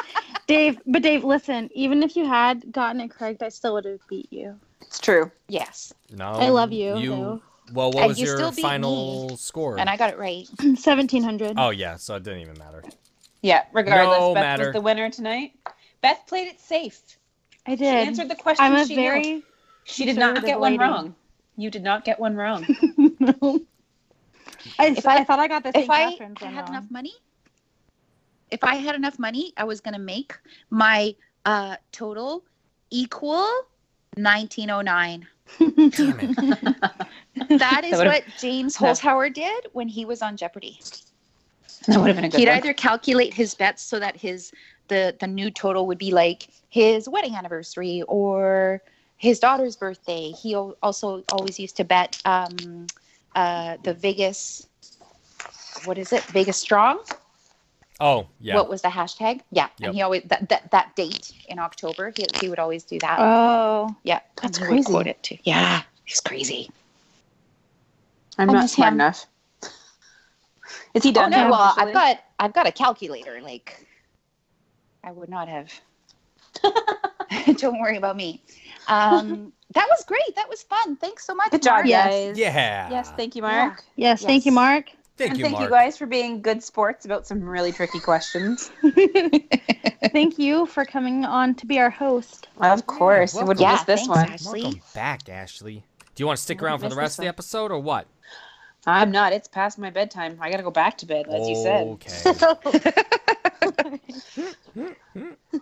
Dave, but Dave, listen, even if you had gotten it correct, I still would have beat you. It's true. yes, No, I love you, Oh, You though. <clears throat> well, what And was you your still beat me, final score? and I got it right. 1700. oh yeah, so it didn't even <laughs> matter. Yeah, regardless, No Beth matter. was the winner tonight. Beth played it safe. I She did. answered the question I'm a she knew. very She did not conservative get one lady. wrong. You did not get one <laughs> wrong. I, If I, I- thought I got this. If I had enough money, if I had enough money, I was gonna make my uh, total equal <laughs> 1909. Damn it. That is That would've- what James No. Holzhauer did when he was on Jeopardy. <laughs> that would have been a good He'd one. either calculate his bets so that his the the new total would be like his wedding anniversary or his daughter's birthday. He al- also always used to bet um, uh, the Vegas. What is it? Vegas Strong. Oh yeah. What was the hashtag? Yeah, Yep. and he always that, that that date in October. He, he would always do that. Oh, yeah, that's And he crazy. would Quote it too. Yeah, he's crazy. I'm I not miss smart him. enough. Is he Oh done? no! now Well, officially? I've got I've got a calculator. Like, I would <laughs> not have. Don't worry about me. Um, that was great. That was fun. Thanks so much. Good job, Mark. Yes. guys. yeah. Yes, thank you, Yeah. Mark. yes, Thank you, Yes. Mark. <laughs> Thank and you, thank Mark. you guys for being good sports about some really tricky questions. Thank you for coming on to be our host. of course, welcome. would Yeah, miss this thanks, one. Ash. Welcome Ashley. back, Ashley. Do you want to stick around for the Missed rest this of the one. episode or what? I'm not. It's past my bedtime. I gotta go back to bed, as you Oh, said. <laughs> Okay. Hmm,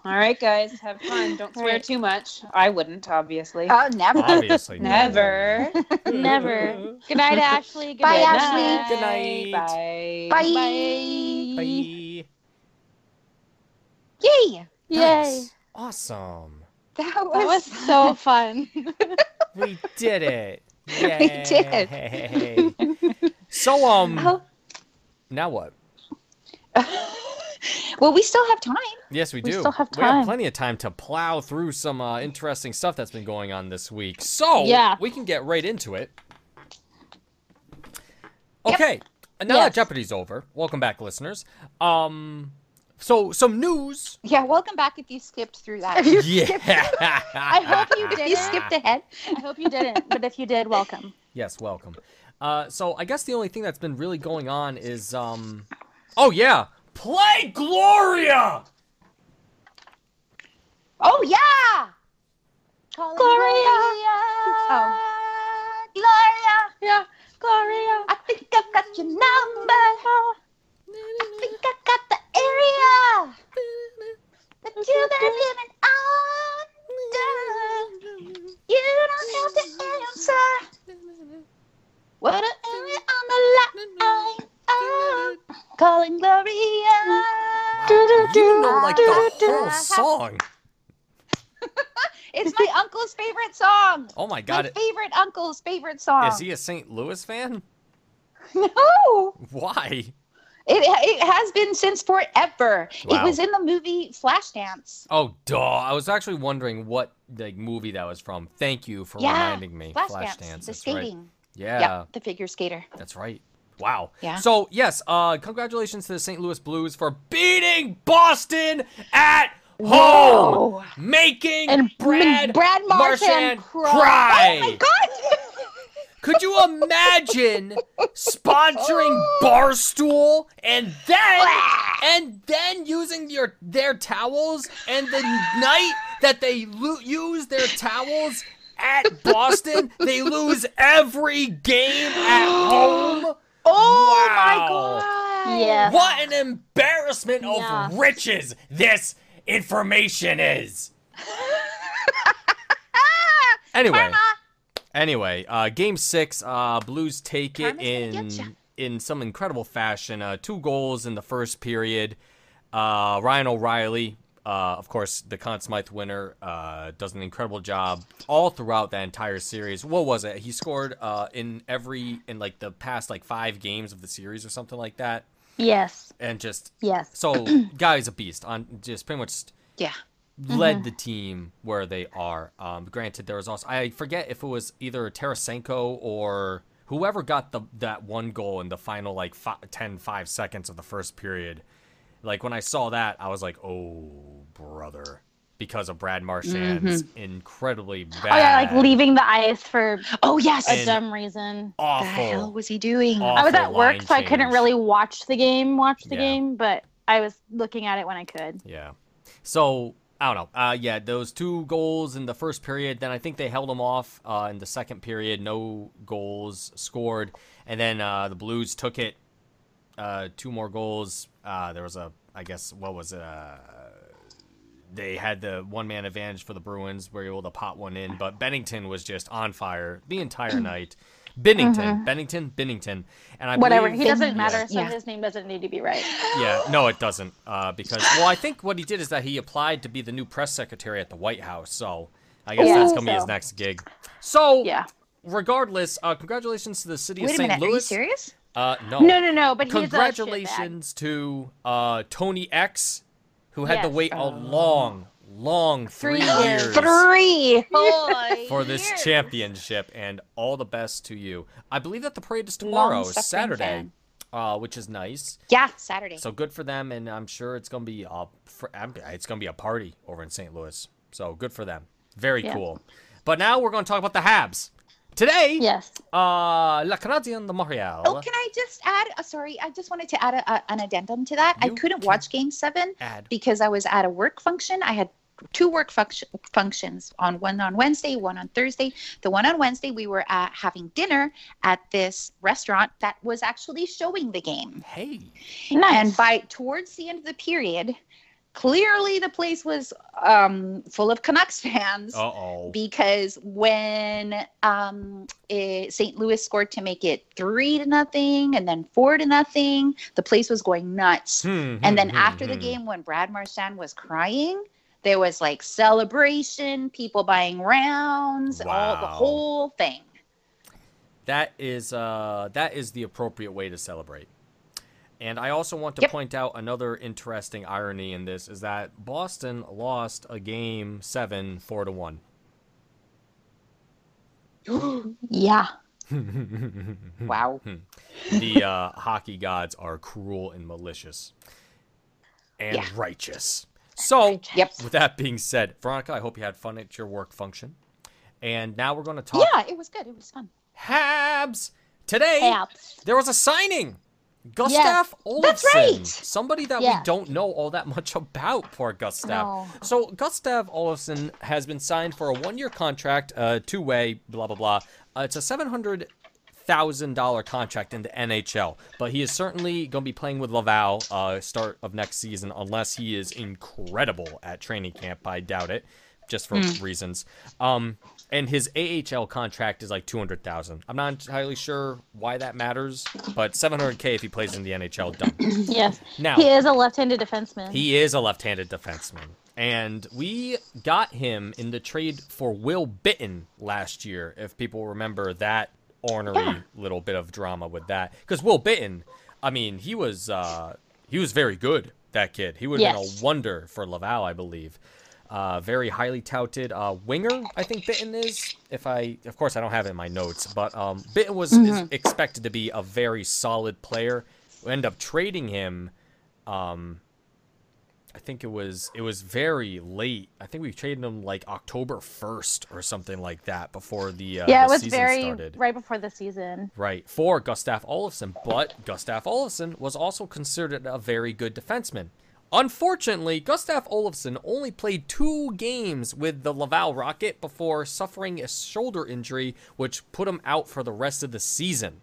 All right, guys, have <laughs> fun. Don't All swear right. too much. I wouldn't, obviously. Oh, never. <laughs> Obviously. <laughs> Never. Never. Good night, <laughs> Ashley. <laughs> Good Bye, night, Ashley. Matt. Good night. Bye. Bye. Bye. Bye. Yay. Yay! Yay. Awesome. That was, That was <laughs> so fun. We did it. We did. Yay. so um Oh. now what? <laughs> well. We still have time. Yes, we do. We still have We time. plenty of time to plow through some uh, interesting stuff that's been going on this week. So Yeah. we can get right into it. Yep. Okay. and Now that Yes. Jeopardy's over, welcome back, listeners. Um, so some news. Yeah. Welcome back. If you skipped through that, <laughs> yeah. I hope <laughs> you did. you skipped ahead. I hope you didn't, but if you did, welcome. Yes, welcome. Uh, so I guess the only thing that's been really going on is um, oh yeah, play Gloria. Oh yeah! Calling Gloria! Oh. Gloria! Yeah, Gloria. I think I've got your number. I think I got the area. But you got living under. You don't have to answer. What an area on the line. Oh, calling Gloria. You know like the whole song. It's my uncle's favorite song. Oh my god, my favorite uncle's favorite song. is he a St. Louis fan? <laughs> <laughs> No. Why? It, it has been since forever. Wow. It was in the movie Flashdance. Oh, duh. I was actually wondering what like movie that was from. Thank you for Yeah, reminding me. Flashdance, Flashdance, the that's right. skating. Yeah, Yeah. the figure skater. that's right. Wow. Yeah. So yes, uh, congratulations to the St. Louis Blues for beating Boston at home. Oh, making And Brad, Brad Marchand Marchand cry. Oh my god! Could you imagine sponsoring Barstool and then and then using your their towels and the night that they lo- use their towels at Boston. they lose every game at home. <gasps> Oh my Wow. god! <laughs> Yeah. What an embarrassment Yeah. of riches this information <laughs> is. anyway, anyway, uh, game six, uh, Blues take it Karma's gonna in getcha. in some incredible fashion. Uh, two goals in the first period. Uh, Ryan O'Reilly, uh, of course, the Conn Smythe winner, uh, does an incredible job all throughout that entire series. What was it? He scored uh, in every in like the past like five games of the series or something like that, Yes. and just Yes. so <clears throat> guy's a beast on just pretty much Yeah. Mm-hmm. led the team where they are. Um, granted, there was also I forget if it was either Tarasenko or whoever got the that one goal in the final like fi 10, 5 seconds of the first period. Like when I saw that, I was like, "Oh, brother!" Because of Brad Marchand's incredibly bad, Mm-hmm. Oh yeah, like leaving the ice for Oh yes. a And- dumb reason. What the hell awful. was he doing? Awful I was at work, line so I couldn't change. really watch the game. Watch the Yeah. game, but I was looking at it when I could. Yeah. So I don't know. Uh, yeah, those two goals in the first period. Then I think they held them off uh, in the second period. No goals scored, and then uh, the Blues took it. Uh, two more goals. Uh, there was a, I guess, what was it? Uh, they had the one man advantage for the Bruins, were able to pot one in, but Bennington was just on fire the entire <clears throat> night. Bennington, Bennington, Bennington, and I Mm-hmm. Whatever. believe- He doesn't Yeah. matter, so Yeah. his name doesn't need to be <laughs> right. yeah, no, it doesn't. Uh, because well, I think what he did is that he applied to be the new press secretary at the White House. So I guess Yeah. that's gonna be his So- next gig. So Yeah. regardless, uh, congratulations to the city Wait of a St. minute. Are you Louis. serious? Uh, no. No, no, no. But he's A congratulations to uh, Tony X, who had to Yes. wait a long, long three, Three <gasps> years. years Three. for this championship and all the best to you. I believe that the parade is tomorrow, Long-suffering Saturday, fan. uh, which is nice. Yeah, Saturday. So good for them, and I'm sure it's gonna be a fr- I'm- it's gonna be a party over in St. Louis. So good for them. Very Yeah. cool. But now we're gonna talk about the Habs today. Yes. Uh, La Canadienne de Montréal. Oh, can I just add? Uh, sorry, I just wanted to add a, a, an addendum to that. I You couldn't can- watch Game Seven Add. because I was at a work function. I had two work function, functions on one on Wednesday, one on Thursday. The one on Wednesday, we were at having dinner at this restaurant that was actually showing the game. Hey. Nice. And by towards the end of the period, clearly the place was um, full of Canucks fans. Uh oh. Because when um, eh, St. Louis scored to make it three to nothing and then four to nothing, the place was going nuts. Hmm, And then after the game, when Brad Marchand was crying, there was like celebration, people buying rounds, all the Wow. whole thing. That is uh that is the appropriate way to celebrate. And I also want to Yep. point out another interesting irony in this is that Boston lost a game seven four to one. yeah. Wow. the uh, hockey gods are cruel and malicious and Yeah. righteous. So, Yep. with that being said, Veronica, I hope you had fun at your work function. And now we're going to talk Yeah, it was good. It was fun. Habs. Today, Abs. there was a signing. Gustav Olsson. That's right. Somebody that Yeah. we don't know all that much about, poor Gustav. No. So, Gustav Olsson has been signed for a one year contract, uh, two way, blah, blah, blah. Uh, it's a $700,000 contract in the NHL, but he is certainly going to be playing with Laval uh, start of next season, unless he is incredible at training camp. I doubt it. Just for reasons, um, and his AHL contract is like two hundred thousand. I'm not entirely sure why that matters, but seven hundred k if he plays in the NHL, done. Yes. Now He is a left-handed defenseman. he is a left-handed defenseman, and we got him in the trade for Will Bitten last year. If people remember that ornery little bit of drama with that, because Will Bitten, I mean, he was uh, he was very good. That kid, he would have Yes. been a wonder for Laval, I believe. Uh, very highly touted uh, winger, I think Bitten is. If I, of course, I don't have it in my notes, but um, Bitten was is Mm-hmm. expected to be a very solid player. We end up trading him um I think it was it was very late. I think we traded him like October 1st or something like that before the uh, yeah, it the was season very started. right before the season. Right, for Gustaf Olsson, but Gustaf Olsson was also considered a very good defenseman. Unfortunately, Gustav Olofsson only played two games with the Laval Rocket before suffering a shoulder injury, which put him out for the rest of the season.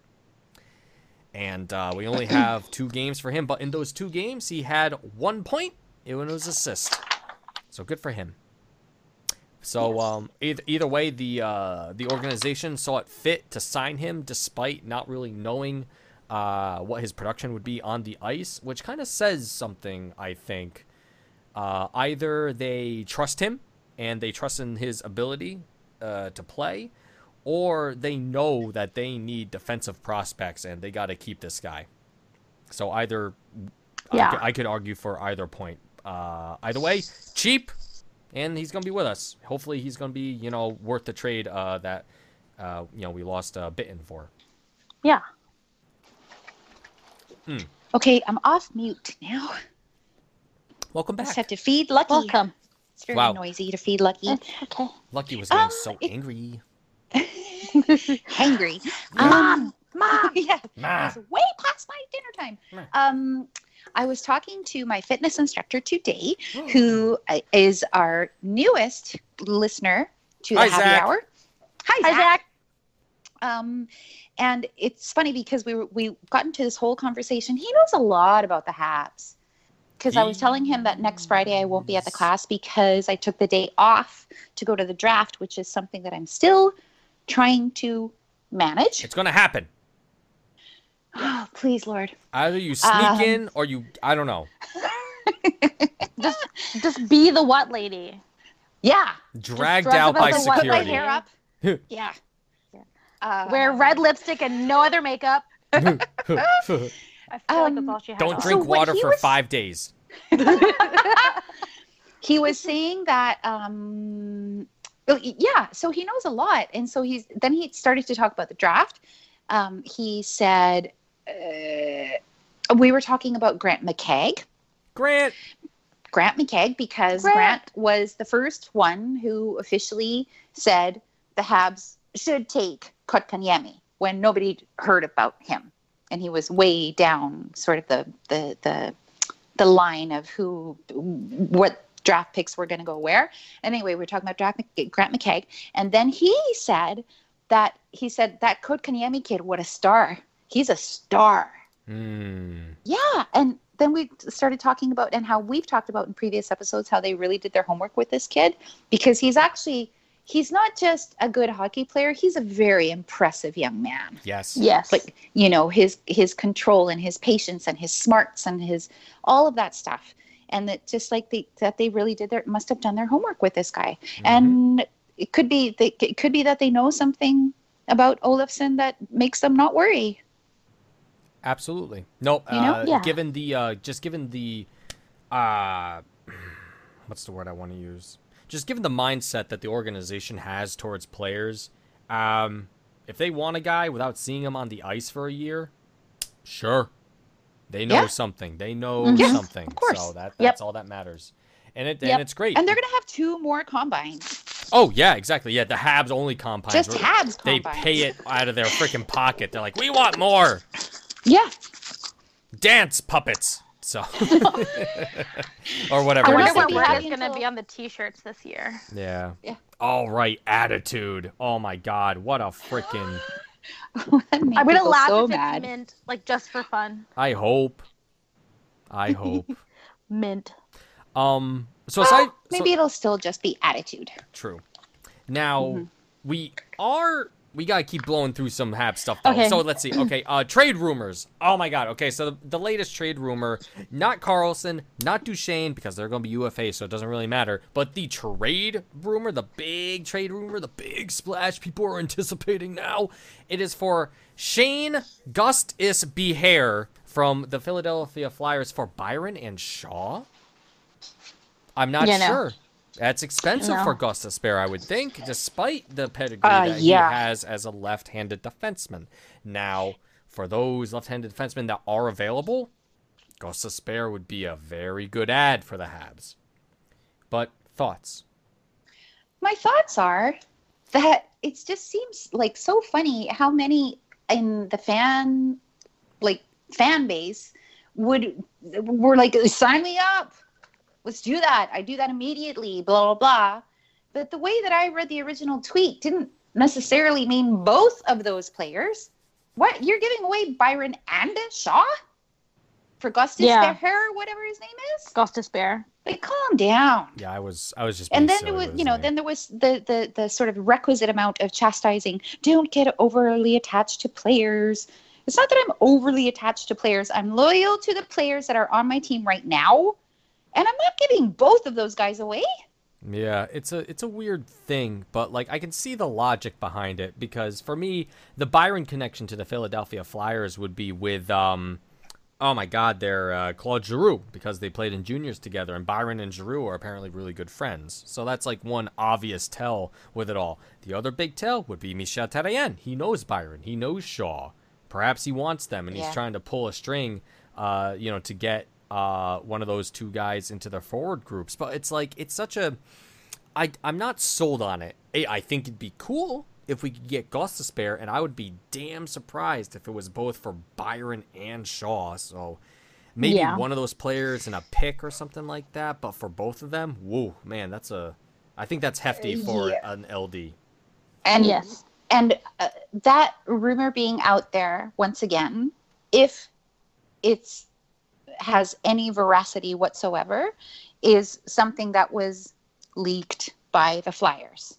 And uh, we only have two games for him, but in those two games, he had one point and it was assist. So good for him. So um, either, either way, the uh, the organization saw it fit to sign him, despite not really knowing uh, what his production would be on the ice, which kind of says something. I think uh, either they trust him and they trust in his ability uh, to play, or they know that they need defensive prospects and they got to keep this guy. So either I, Yeah. could, I could argue for either point. Uh, either way, cheap, and he's gonna be with us. Hopefully, he's gonna be you know worth the trade uh, that uh, you know we lost uh, Bitten for. Yeah. Okay, I'm off mute now. Welcome Just back. have to feed Lucky. Welcome. It's very Wow. noisy to feed Lucky. It's okay. Lucky was getting Ah, so it- angry. <laughs> Hangry. Um, Mom. <laughs> yeah, Nah. it's way past my dinner time. Um, I was talking to my fitness instructor today, Oh. who uh, is our newest listener to the Hi, Happy Zach. Hour. Hi, Hi, Zach. Zach. Um, and it's funny because we were, we got into this whole conversation. He knows a lot about the Habs because I was telling him that next Friday I won't be at the Yes. class because I took the day off to go to the draft, which is something that I'm still trying to manage. It's gonna happen. <gasps> Oh, please, Lord. Either you sneak Um, in or you I don't know. Just just be the what lady. Yeah. Dragged dress out up by as a white Put my security. hair up. yeah. Uh, Wear red lipstick and no other makeup. I feel like Um, that's all she <laughs> has. don't drink on. So what water he for was- five days. he was saying that um oh, yeah so he knows a lot and so he's then he started to talk about the draft um he said uh, we were talking about grant mccagg Grant. grant mccagg because Grant. grant, was the first one who officially said the habs should take kotkaniemi when nobody heard about him and he was way down sort of the the the, the line of who what draft picks were going to go where and anyway we we're talking about draft, Mc- grant mckegg and then he said that he said that kotkaniemi kid what a star he's a star Mm. yeah, and then we started talking about and how we've talked about in previous episodes how they really did their homework with this kid because he's actually he's not just a good hockey player, he's a very impressive young man. Yes. Yes. Like, you know, his his control and his patience and his smarts and his all of that stuff. And that just like they that they really did their must have done their homework with this guy. Mm-hmm. And it could be they, it could be that they know something about Olafson that makes them not worry. Absolutely. No, You know? uh, Yeah. given the uh, just given the uh, <sighs> what's the word I want to use? Just given the mindset that the organization has towards players, um, if they want a guy without seeing him on the ice for a year, sure. They know Yeah. Mm-hmm. something. They know Mhm. Yeah, something. of course. So that that's Yep. all that matters. And it Yep. and it's great. And they're gonna have two more combines. oh yeah, exactly. Yeah, the Habs only combines. just We're- Habs They combines. pay it out of their freaking pocket. They're like, we want more. <laughs> Yeah, dance puppets. So, <laughs> or whatever. I it wonder is that gonna what be they word happy is going to until- be on the t-shirts this year. do. Yeah. Yeah. All right, attitude. Oh my God, what a freaking! I'm going to laugh so if mad. it's mint, like just for fun. I hope. I <laughs> hope. Mint. Um. So aside, so- Maybe it'll still just be attitude. True. Now we are we gotta keep blowing through some hab stuff though. Okay. So let's see. Okay, uh trade rumors. Oh my god. Okay, so the, the latest trade rumor, not Carlson, not Duchesne, because they're gonna be UFA, so it doesn't really matter. But the trade rumor, the big trade rumor, the big splash people are anticipating now, it is for Shane Gustis Behair from the Philadelphia Flyers for Byron and Shaw. I'm not You know. sure. That's expensive No. for Gustus Bear, I would think, despite the pedigree Uh, that yeah. he has as a left-handed defenseman. Now, for those left-handed defensemen that are available, Gustus Bear would be a very good ad for the Habs. But thoughts? My thoughts are that it just seems like so funny how many in the fan, like fan base, would were like, sign me up. Let's do that. I do that immediately, blah, blah, blah. But the way that I read the original tweet didn't necessarily mean both of those players. What? You're giving away Byron and Shaw? For Gustus Yeah. Beher, whatever his name is? Gustus Bear. Like, calm down. Yeah, I was I was just. and being then there silly was with you his know name. then there was the, the the sort of requisite amount of chastising don't get overly attached to players it's not that i'm overly attached to players i'm loyal to the players that are on my team right now and i'm not giving both of those guys away Yeah, it's a it's a weird thing, but like I can see the logic behind it because for me, the Byron connection to the Philadelphia Flyers would be with um oh my god, they're uh, Claude Giroux because they played in juniors together and Byron and Giroux are apparently really good friends. So that's like one obvious tell with it all. The other big tell would be Michel Terrien. He knows Byron, he knows Shaw. Perhaps he wants them and Yeah. he's trying to pull a string uh, you know, to get uh, one of those two guys into their forward groups. But it's like it's such a I I'm not sold on it. I, I think it'd be cool if we could get Gus to spare, and I would be damn surprised if it was both for Byron and Shaw. So maybe Yeah. one of those players and a pick or something like that. But for both of them, whoa, man, that's a I think that's hefty for Uh, Yeah. an LD. and yes. and uh, that rumor being out there once again if it's has any veracity whatsoever is something that was leaked by the flyers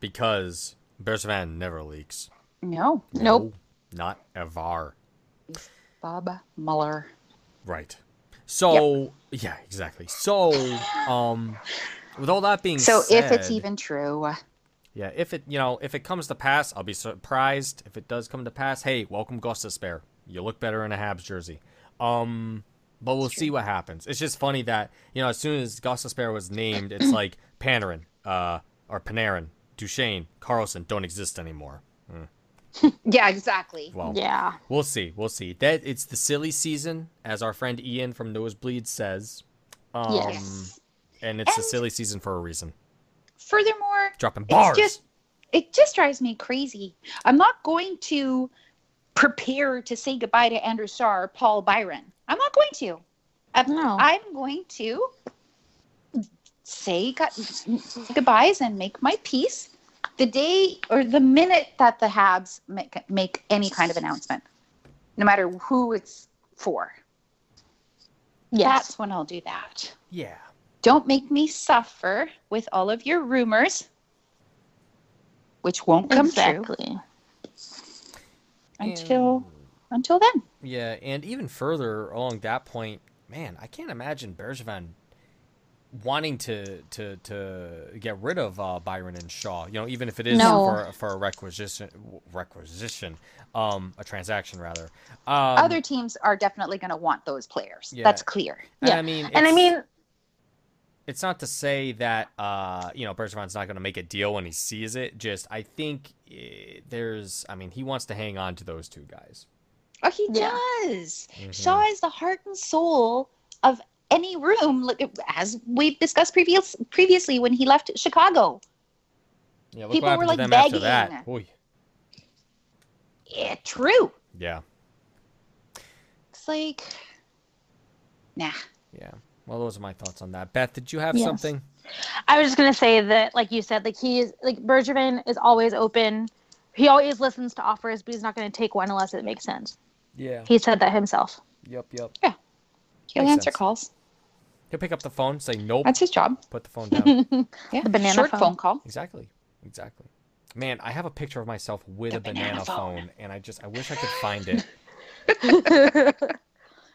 because Bergevin never leaks. no Nope, not ever. Bob Mueller. Right. So yeah, exactly. So um, with all that being So said, if it's even true, Yeah, if it you know if it comes to pass, I'll be surprised. If it does come to pass, hey, welcome Gus Despair. You look better in a Habs jersey. Um, but we'll see what happens. It's just funny that you know as soon as Gus Despair was named, it's like Panarin, uh, or Panarin, Duchesne, Carlson don't exist anymore. yeah, exactly. Well, Yeah. We'll see. We'll see. That it's the silly season, as our friend Ian from Nosebleed says. Um, Yes. And it's the And- silly season for a reason. Furthermore, Dropping bars. it's just it just drives me crazy. I'm not going to prepare to say goodbye to Andrew Starr, or Paul Byron. I'm not going to. I'm, No. I'm going to say go- goodbyes and make my peace the day or the minute that the Habs make, make any kind of announcement, no matter who it's for. Yes. That's when I'll do that. yeah. Don't make me suffer with all of your rumors, which won't come true exactly. until until then. Yeah, and even further along that point, man, I can't imagine Bergevin wanting to to to get rid of uh, Byron and Shaw. You know, even if it is No. for for a requisition requisition, um, a transaction rather. Um, Other teams are definitely going to want those players. Yeah. That's clear. and yeah. I mean, And I it's- mean, it's not to say that uh, you know Bergeron's not going to make a deal when he sees it. Just I think eh, there's, I mean, he wants to hang on to those two guys. Mm-hmm. Oh, he Yeah. does. Shaw is the heart and soul of any room, look, as we've discussed previous, previously when he left Chicago. yeah, people were, like, begging. Oy. Yeah, true. Yeah, It's like, nah. yeah. Well, those are my thoughts on that. Beth, did you have Yes. something? I was just gonna say that, like you said, like he is like Bergevin is always open. He always listens to offers, but he's not gonna take one unless it makes sense. Yeah. He said that himself. <laughs> Yep. Yep. He'll Makes answer sense. calls. He'll pick up the phone, say nope, That's his job. put the phone <laughs> down. Yeah. The banana Short phone. <laughs> phone call. exactly. Exactly. Man, I have a picture of myself with The a banana, banana phone. phone, and I just I wish I could find it but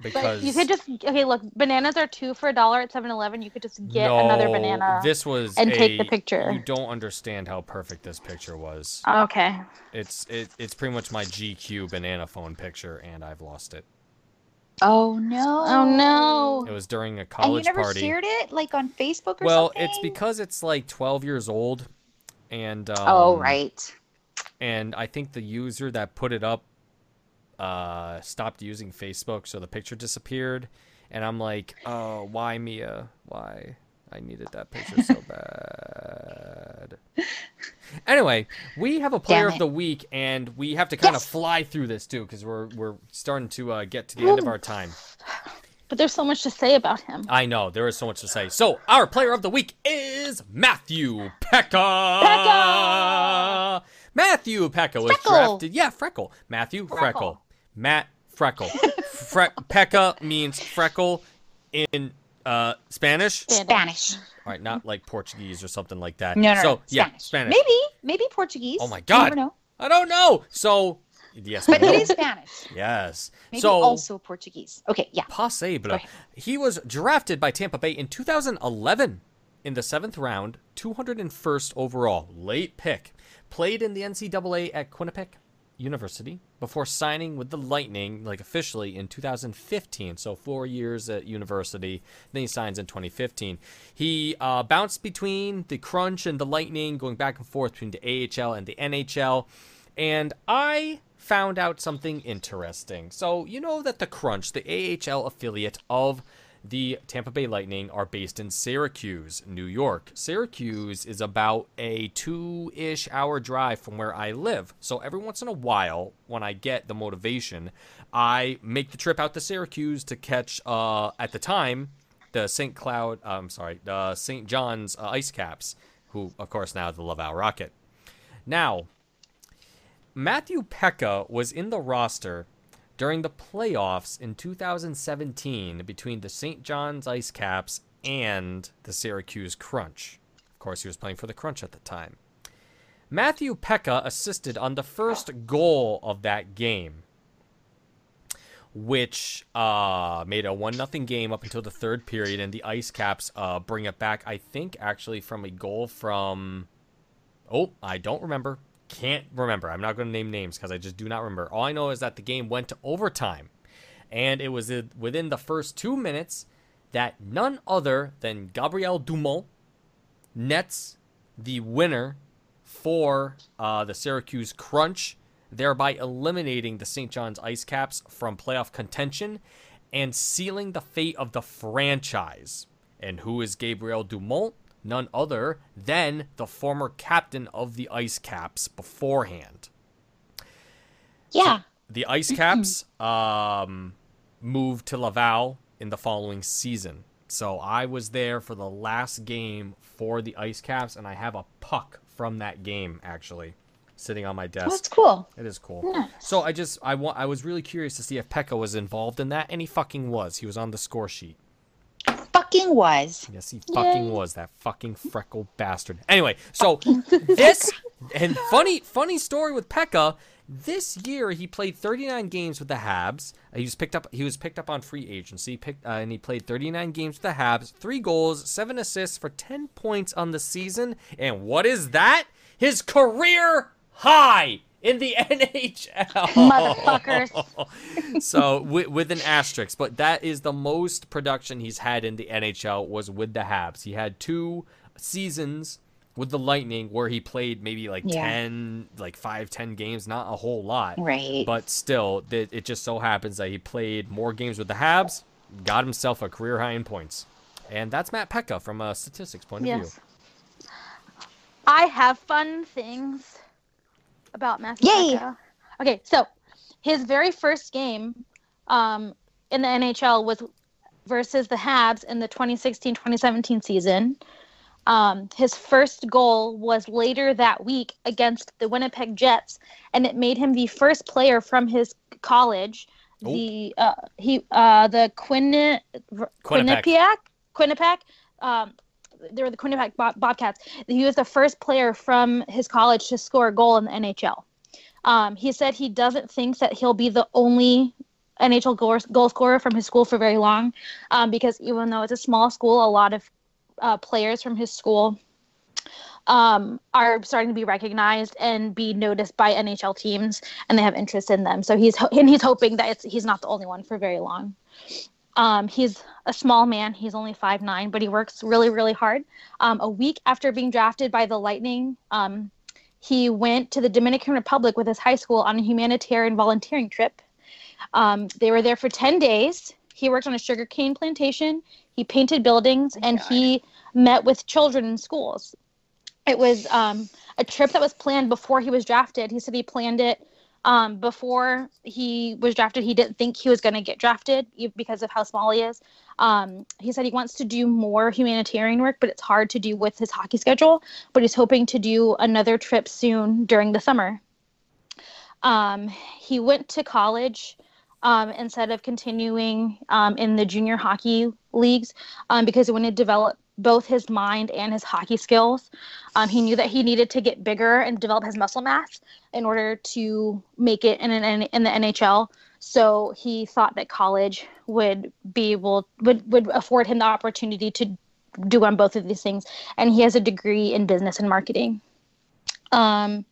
because you could just okay, look, bananas are two for a dollar at 7-Eleven. You could just get another No, banana. This was and take the a- picture. You don't understand how perfect this picture was. Okay. It's it, it's pretty much my GQ banana phone picture, and I've lost it. <laughs> Oh no! Oh It no. was during a And you college never party. shared it, like on Facebook or well, something. it's because it's like 12 years old, and um, oh right. and I think the user that put it up uh stopped using Facebook, so the picture disappeared. And I'm like, oh, why <laughs> Mia? Why? I needed that picture so bad. Anyway, we have a player Damn of it. the week, and we have to kind Yes. of fly through this too because we're we're starting to uh, get to the end of our time. But there's so much to say about him. <laughs> I know there is so much to say. So our player of the week is Matthew Pekka. Pekka! Matthew Pekka was Freckle. drafted. Yeah, Freckle. Matthew Freckle. Freckle. Matt Freckle. <laughs> Fre- Pekka means freckle in uh, Spanish. Spanish. Spanish. All right, not like Portuguese or something like that. No, no, so, no. yeah, Spanish. Spanish. Maybe, maybe Portuguese. Oh my You God. never know. I don't know. So, yes, But I know. it <laughs> is Spanish. yes. Maybe so also Portuguese. Okay, yeah. possible. Okay. uh, He was drafted by Tampa Bay in 2011 in the seventh round, 201st overall, late pick. Played in the NCAA at Quinnipiac University before signing with the Lightning, like officially in 2015. So four years at university. Then he signs in 2015. He uh, bounced between the Crunch and the Lightning, going back and forth between the AHL and the NHL and I found out something interesting. So, you know that the Crunch, the AHL affiliate of the Tampa Bay Lightning, are based in Syracuse, New York. Syracuse is about a two ish hour drive from where I live. So, every once in a while, when I get the motivation, I make the trip out to Syracuse to catch, uh, at the time, the St. Cloud, uh, I'm sorry, the St. John's uh, Ice Caps, who, of course, now the Love Owl Rocket. Now, Matthew Pekka was in the roster during the playoffs in 2017 between the St. John's Ice Caps and the Syracuse Crunch. Of course, he was playing for the Crunch at the time. Matthew Pekka assisted on the first goal of that game, which uh, made a 1 0 game up until the third period, and the Ice Caps uh, bring it back, I think, actually, from a goal from. Oh, I don't remember. Can't remember. I'm not going to name names because I just do not remember. All I know is that the game went to overtime. And it was i- within the first two minutes that none other than Gabriel Dumont nets the winner for uh, the Syracuse Crunch, thereby eliminating the St. John's Ice Caps from playoff contention and sealing the fate of the franchise. And who is Gabriel Dumont? None other than the former captain of the Ice Caps beforehand Yeah. the Ice Caps um, moved to Laval in the following season. So I was there for the last game for the Ice Caps, and I have a puck from that game actually sitting on my desk. Well, that's cool. It is cool. So I just I want I was really curious to see if Pekka was involved in that, and he fucking was. He was on the score sheet. Fucking was. Yes, he fucking Yay. was that fucking freckle bastard. Anyway, so this and funny funny story with Pekka. This year he played 39 games with the Habs. Uh, He was picked up. He was picked up on free agency, picked, uh, and he played 39 games with the Habs. Three goals, seven assists for 10 points on the season. And what is that? His career high in the <laughs> NHL. Motherfuckers. so with, with an asterisk, but that is the most production he's had in the NHL was with the Habs. He had two seasons with the Lightning where he played maybe like Yeah. 10 like 5 10 games, not a whole lot. Right. But still, th- it just so happens that he played more games with the Habs, got himself a career high in points. And that's Matt Pekka from a statistics point of Yes. view. I have fun things about Matthew. Yay! Becca. Okay, so his very first game um, in the NHL was versus the Habs in the 2016-2017 season. Um, his first goal was later that week against the Winnipeg Jets, and it made him the first player from his college. Oh. The uh, he uh, the Quinni- Quinnipiac. Quinnipiac Quinnipiac um, they were the Quinnipiac Bob- Bobcats. He was the first player from his college to score a goal in the NHL. Um, he said he doesn't think that he'll be the only NHL goal, goal scorer from his school for very long, um, because even though it's a small school, a lot of uh, players from his school um, are starting to be recognized and be noticed by NHL teams, and they have interest in them. So he's ho- and he's hoping that it's, he's not the only one for very long. Um, he's a small man. He's only five nine, but he works really, really hard. Um, a week after being drafted by the Lightning, um, he went to the Dominican Republic with his high school on a humanitarian volunteering trip. Um, they were there for ten days. He worked on a sugarcane plantation. He painted buildings, and he met with children in schools. It was um, a trip that was planned before he was drafted. He said he planned it um, before he was drafted. He didn't think he was going to get drafted e- because of how small he is. Um, he said he wants to do more humanitarian work, but it's hard to do with his hockey schedule. But he's hoping to do another trip soon during the summer. Um, he went to college um, instead of continuing um, in the junior hockey leagues um, because he wanted to develop both his mind and his hockey skills. Um, he knew that he needed to get bigger and develop his muscle mass in order to make it in an in the NHL. So he thought that college would be able would would afford him the opportunity to do on both of these things. And he has a degree in business and marketing. Um,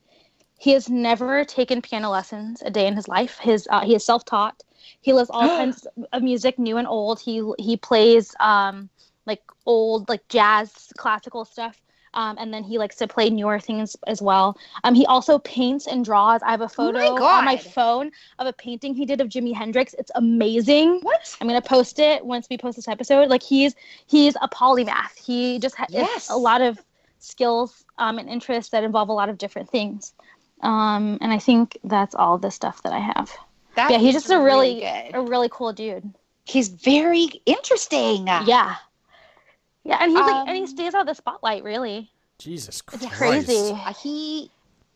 he has never taken piano lessons a day in his life. His uh, he is self taught. He loves all kinds of music, new and old. He he plays um, like old like jazz classical stuff. Um, and then he likes to play newer things as well. Um, he also paints and draws. I have a photo on my Oh God. phone of a painting he did of Jimi Hendrix. It's amazing. What? I'm gonna post it once we post this episode. Like he's he's a polymath. He just has Yes. a lot of skills um, and interests that involve a lot of different things. Um, and I think that's all the stuff that I have. That yeah, he's is just a really, good. a really cool dude. He's very interesting. Yeah, yeah, and he's like, and he Um, stays out of the spotlight. Really, Jesus Christ. it's crazy. Uh, he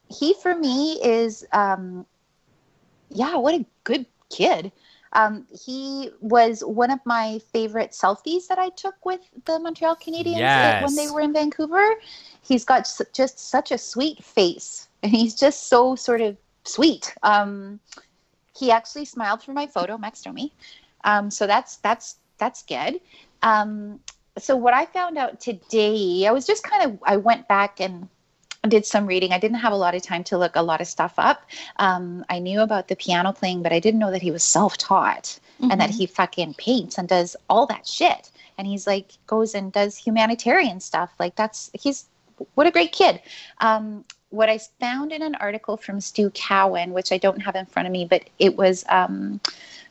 he for me is um yeah what a good kid um he was one of my favorite selfies that i took with the montreal canadiens uh, when they Yes. were in vancouver he's got s- just such a sweet face and he's just so sort of sweet um he actually smiled for my photo next to me um so that's that's that's good um so what i found out today i was just kind of i went back and did some reading i didn't have a lot of time to look a lot of stuff up um, i knew about the piano playing but i didn't know that he was self-taught and that Mhm. he fucking paints and does all that shit and he's like goes and does humanitarian stuff like that's he's what a great kid um, what i found in an article from stu cowan which i don't have in front of me but it was um,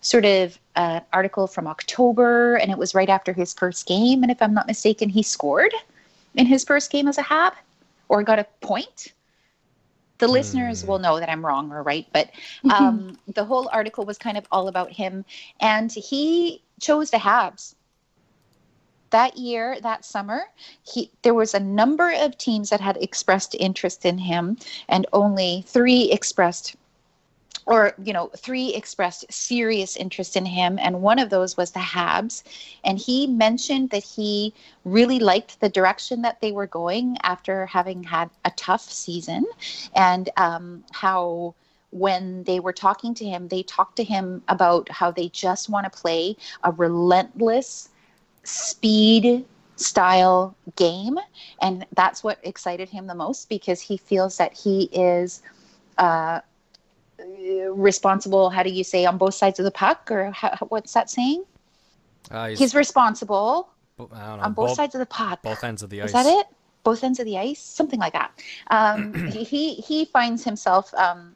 sort of an article from october and it was right after his first game and if i'm not mistaken he scored in his first game as a hab or got a point the listeners Hmm. will know that i'm wrong or right but um, the whole article was kind of all about him and he chose the habs that year that summer he there was a number of teams that had expressed interest in him and only three expressed or you know three expressed serious interest in him and one of those was the habs and he mentioned that he really liked the direction that they were going after having had a tough season and um, how when they were talking to him they talked to him about how they just want to play a relentless speed style game and that's what excited him the most because he feels that he is uh, responsible how do you say on both sides of the puck or how, what's that saying Uh, he's, he's responsible bo- I don't know, on both, both- sides of the puck Both ends of the ice. is that it? Both ends of the ice, something like that. Um, <clears throat> he he- he finds himself, um,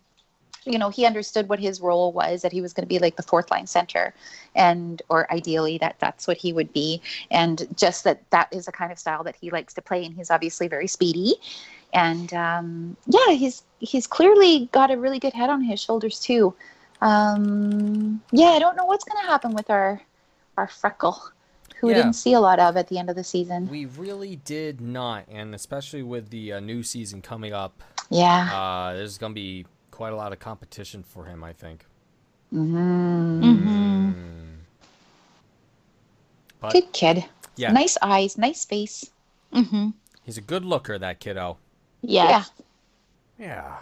you know, he understood what his role was that he was going to be like the fourth line center, and or ideally that that's what he would be, and just that that is the kind of style that he likes to play, and he's obviously very speedy, and um, yeah, he's he's clearly got a really good head on his shoulders too. Um, yeah, I don't know what's going to happen with our our freckle, who we Yeah. didn't see a lot of at the end of the season. We really did not, and especially with the uh, new season coming up, Yeah. uh, there's going to be quite a lot of competition for him, I think. Mm. Mhm. Mm-hmm. Mm. But Good kid. yeah, Nice eyes, nice face. Mhm. he's a good looker, that kiddo. Yes. Yeah.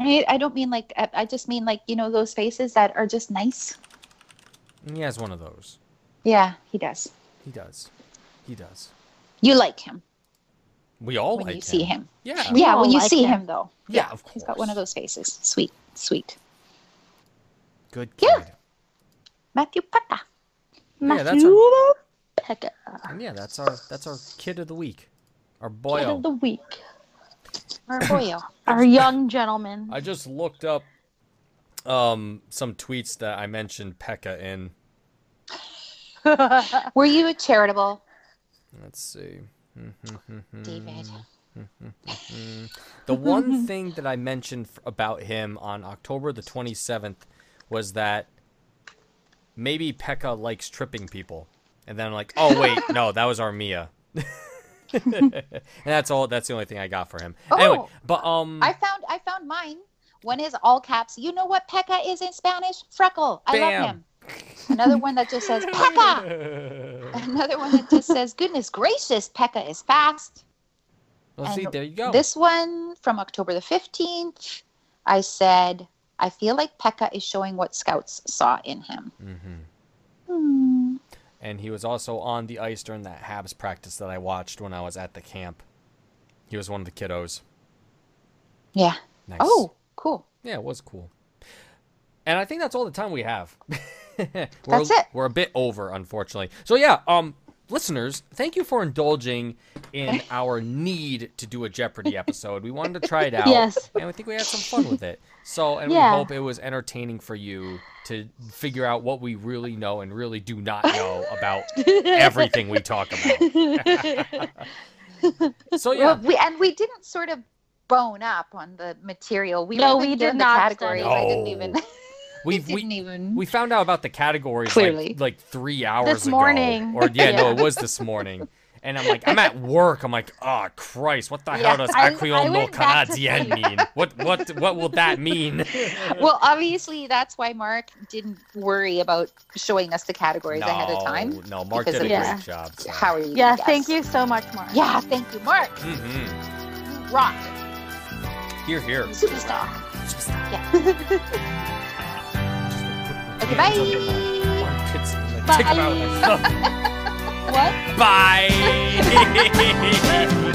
I, I don't mean like, I, I just mean like, you know, those faces that are just nice. And he has one of those. Yeah, he does. He does. He does. You like him We all when like you see him. Oh, Yeah. We yeah, all when you like see him. him, though. Yeah, of He's got one of course. those faces. Sweet, sweet. Good kid. Yeah. Matthew Pata. Yeah, that's Matthew our, Pekka, and yeah, that's our that's our kid of the week. Our boy. kid of the week, Or Boyo. <laughs> our young gentleman. I just looked up um some tweets that I mentioned Pekka in. Were you charitable, Let's see. Mm. David? Mm-hmm. The <laughs> one thing that I mentioned f- about him on October the 27th was that maybe Pekka likes tripping people. And then I'm like, oh, <laughs> wait, no, that was our Mia. and that's all. That's the only thing I got for him. anyway, Oh. but um, I found I found mine. One is all caps. You know what Pekka is in Spanish? Freckle. I Bam. love him. Another one <laughs> that just says Pekka. Another one that just says, "Goodness gracious, Pekka is fast." well, see, and there you go. This one from October the 15th, I said, I feel like Pekka is showing what scouts saw in him. mm-hmm. Hmm. and he was also on the ice during that Habs practice that I watched when I was at the camp. He was one of the kiddos. Yeah. Nice. Oh, cool. yeah, it was cool. And I think that's all the time we have. <laughs> we're, That's it. We're a bit over, unfortunately. So yeah, um, listeners, thank you for indulging <laughs> in our need to do a Jeopardy episode. We wanted to try <laughs> it out, Yes. and we think we had some fun with it. So, and Yeah. we hope it was entertaining for you to figure out what we really know and really do not know about everything we talk about. <laughs> <laughs> So Oh, yeah, Well, we and we didn't sort of bone up on the material. We No, weren't we even did given not The categories. I didn't No. even. <laughs> we didn't we even. <laughs> we found out about the categories Clearly. like like three hours This ago. morning. Or yeah, no, Yeah. it was this morning. And I'm like, I'm at work. I'm like, oh Christ, what the hell Yeah, does I- I Aquilono went back to Canadien mean? What what what will <laughs> that mean? well, obviously, that's why Mark didn't worry about showing us the categories ahead of time. No, Mark Because did a of- Yeah. great job. So. How are you? gonna yeah, guess? thank you so much, Mark. Yeah, thank you, Mark. hmm You Rock, Mm-hmm. Here, here. superstar. Okay, bye. Bye. <laughs> What? Bye. Oh, Oh,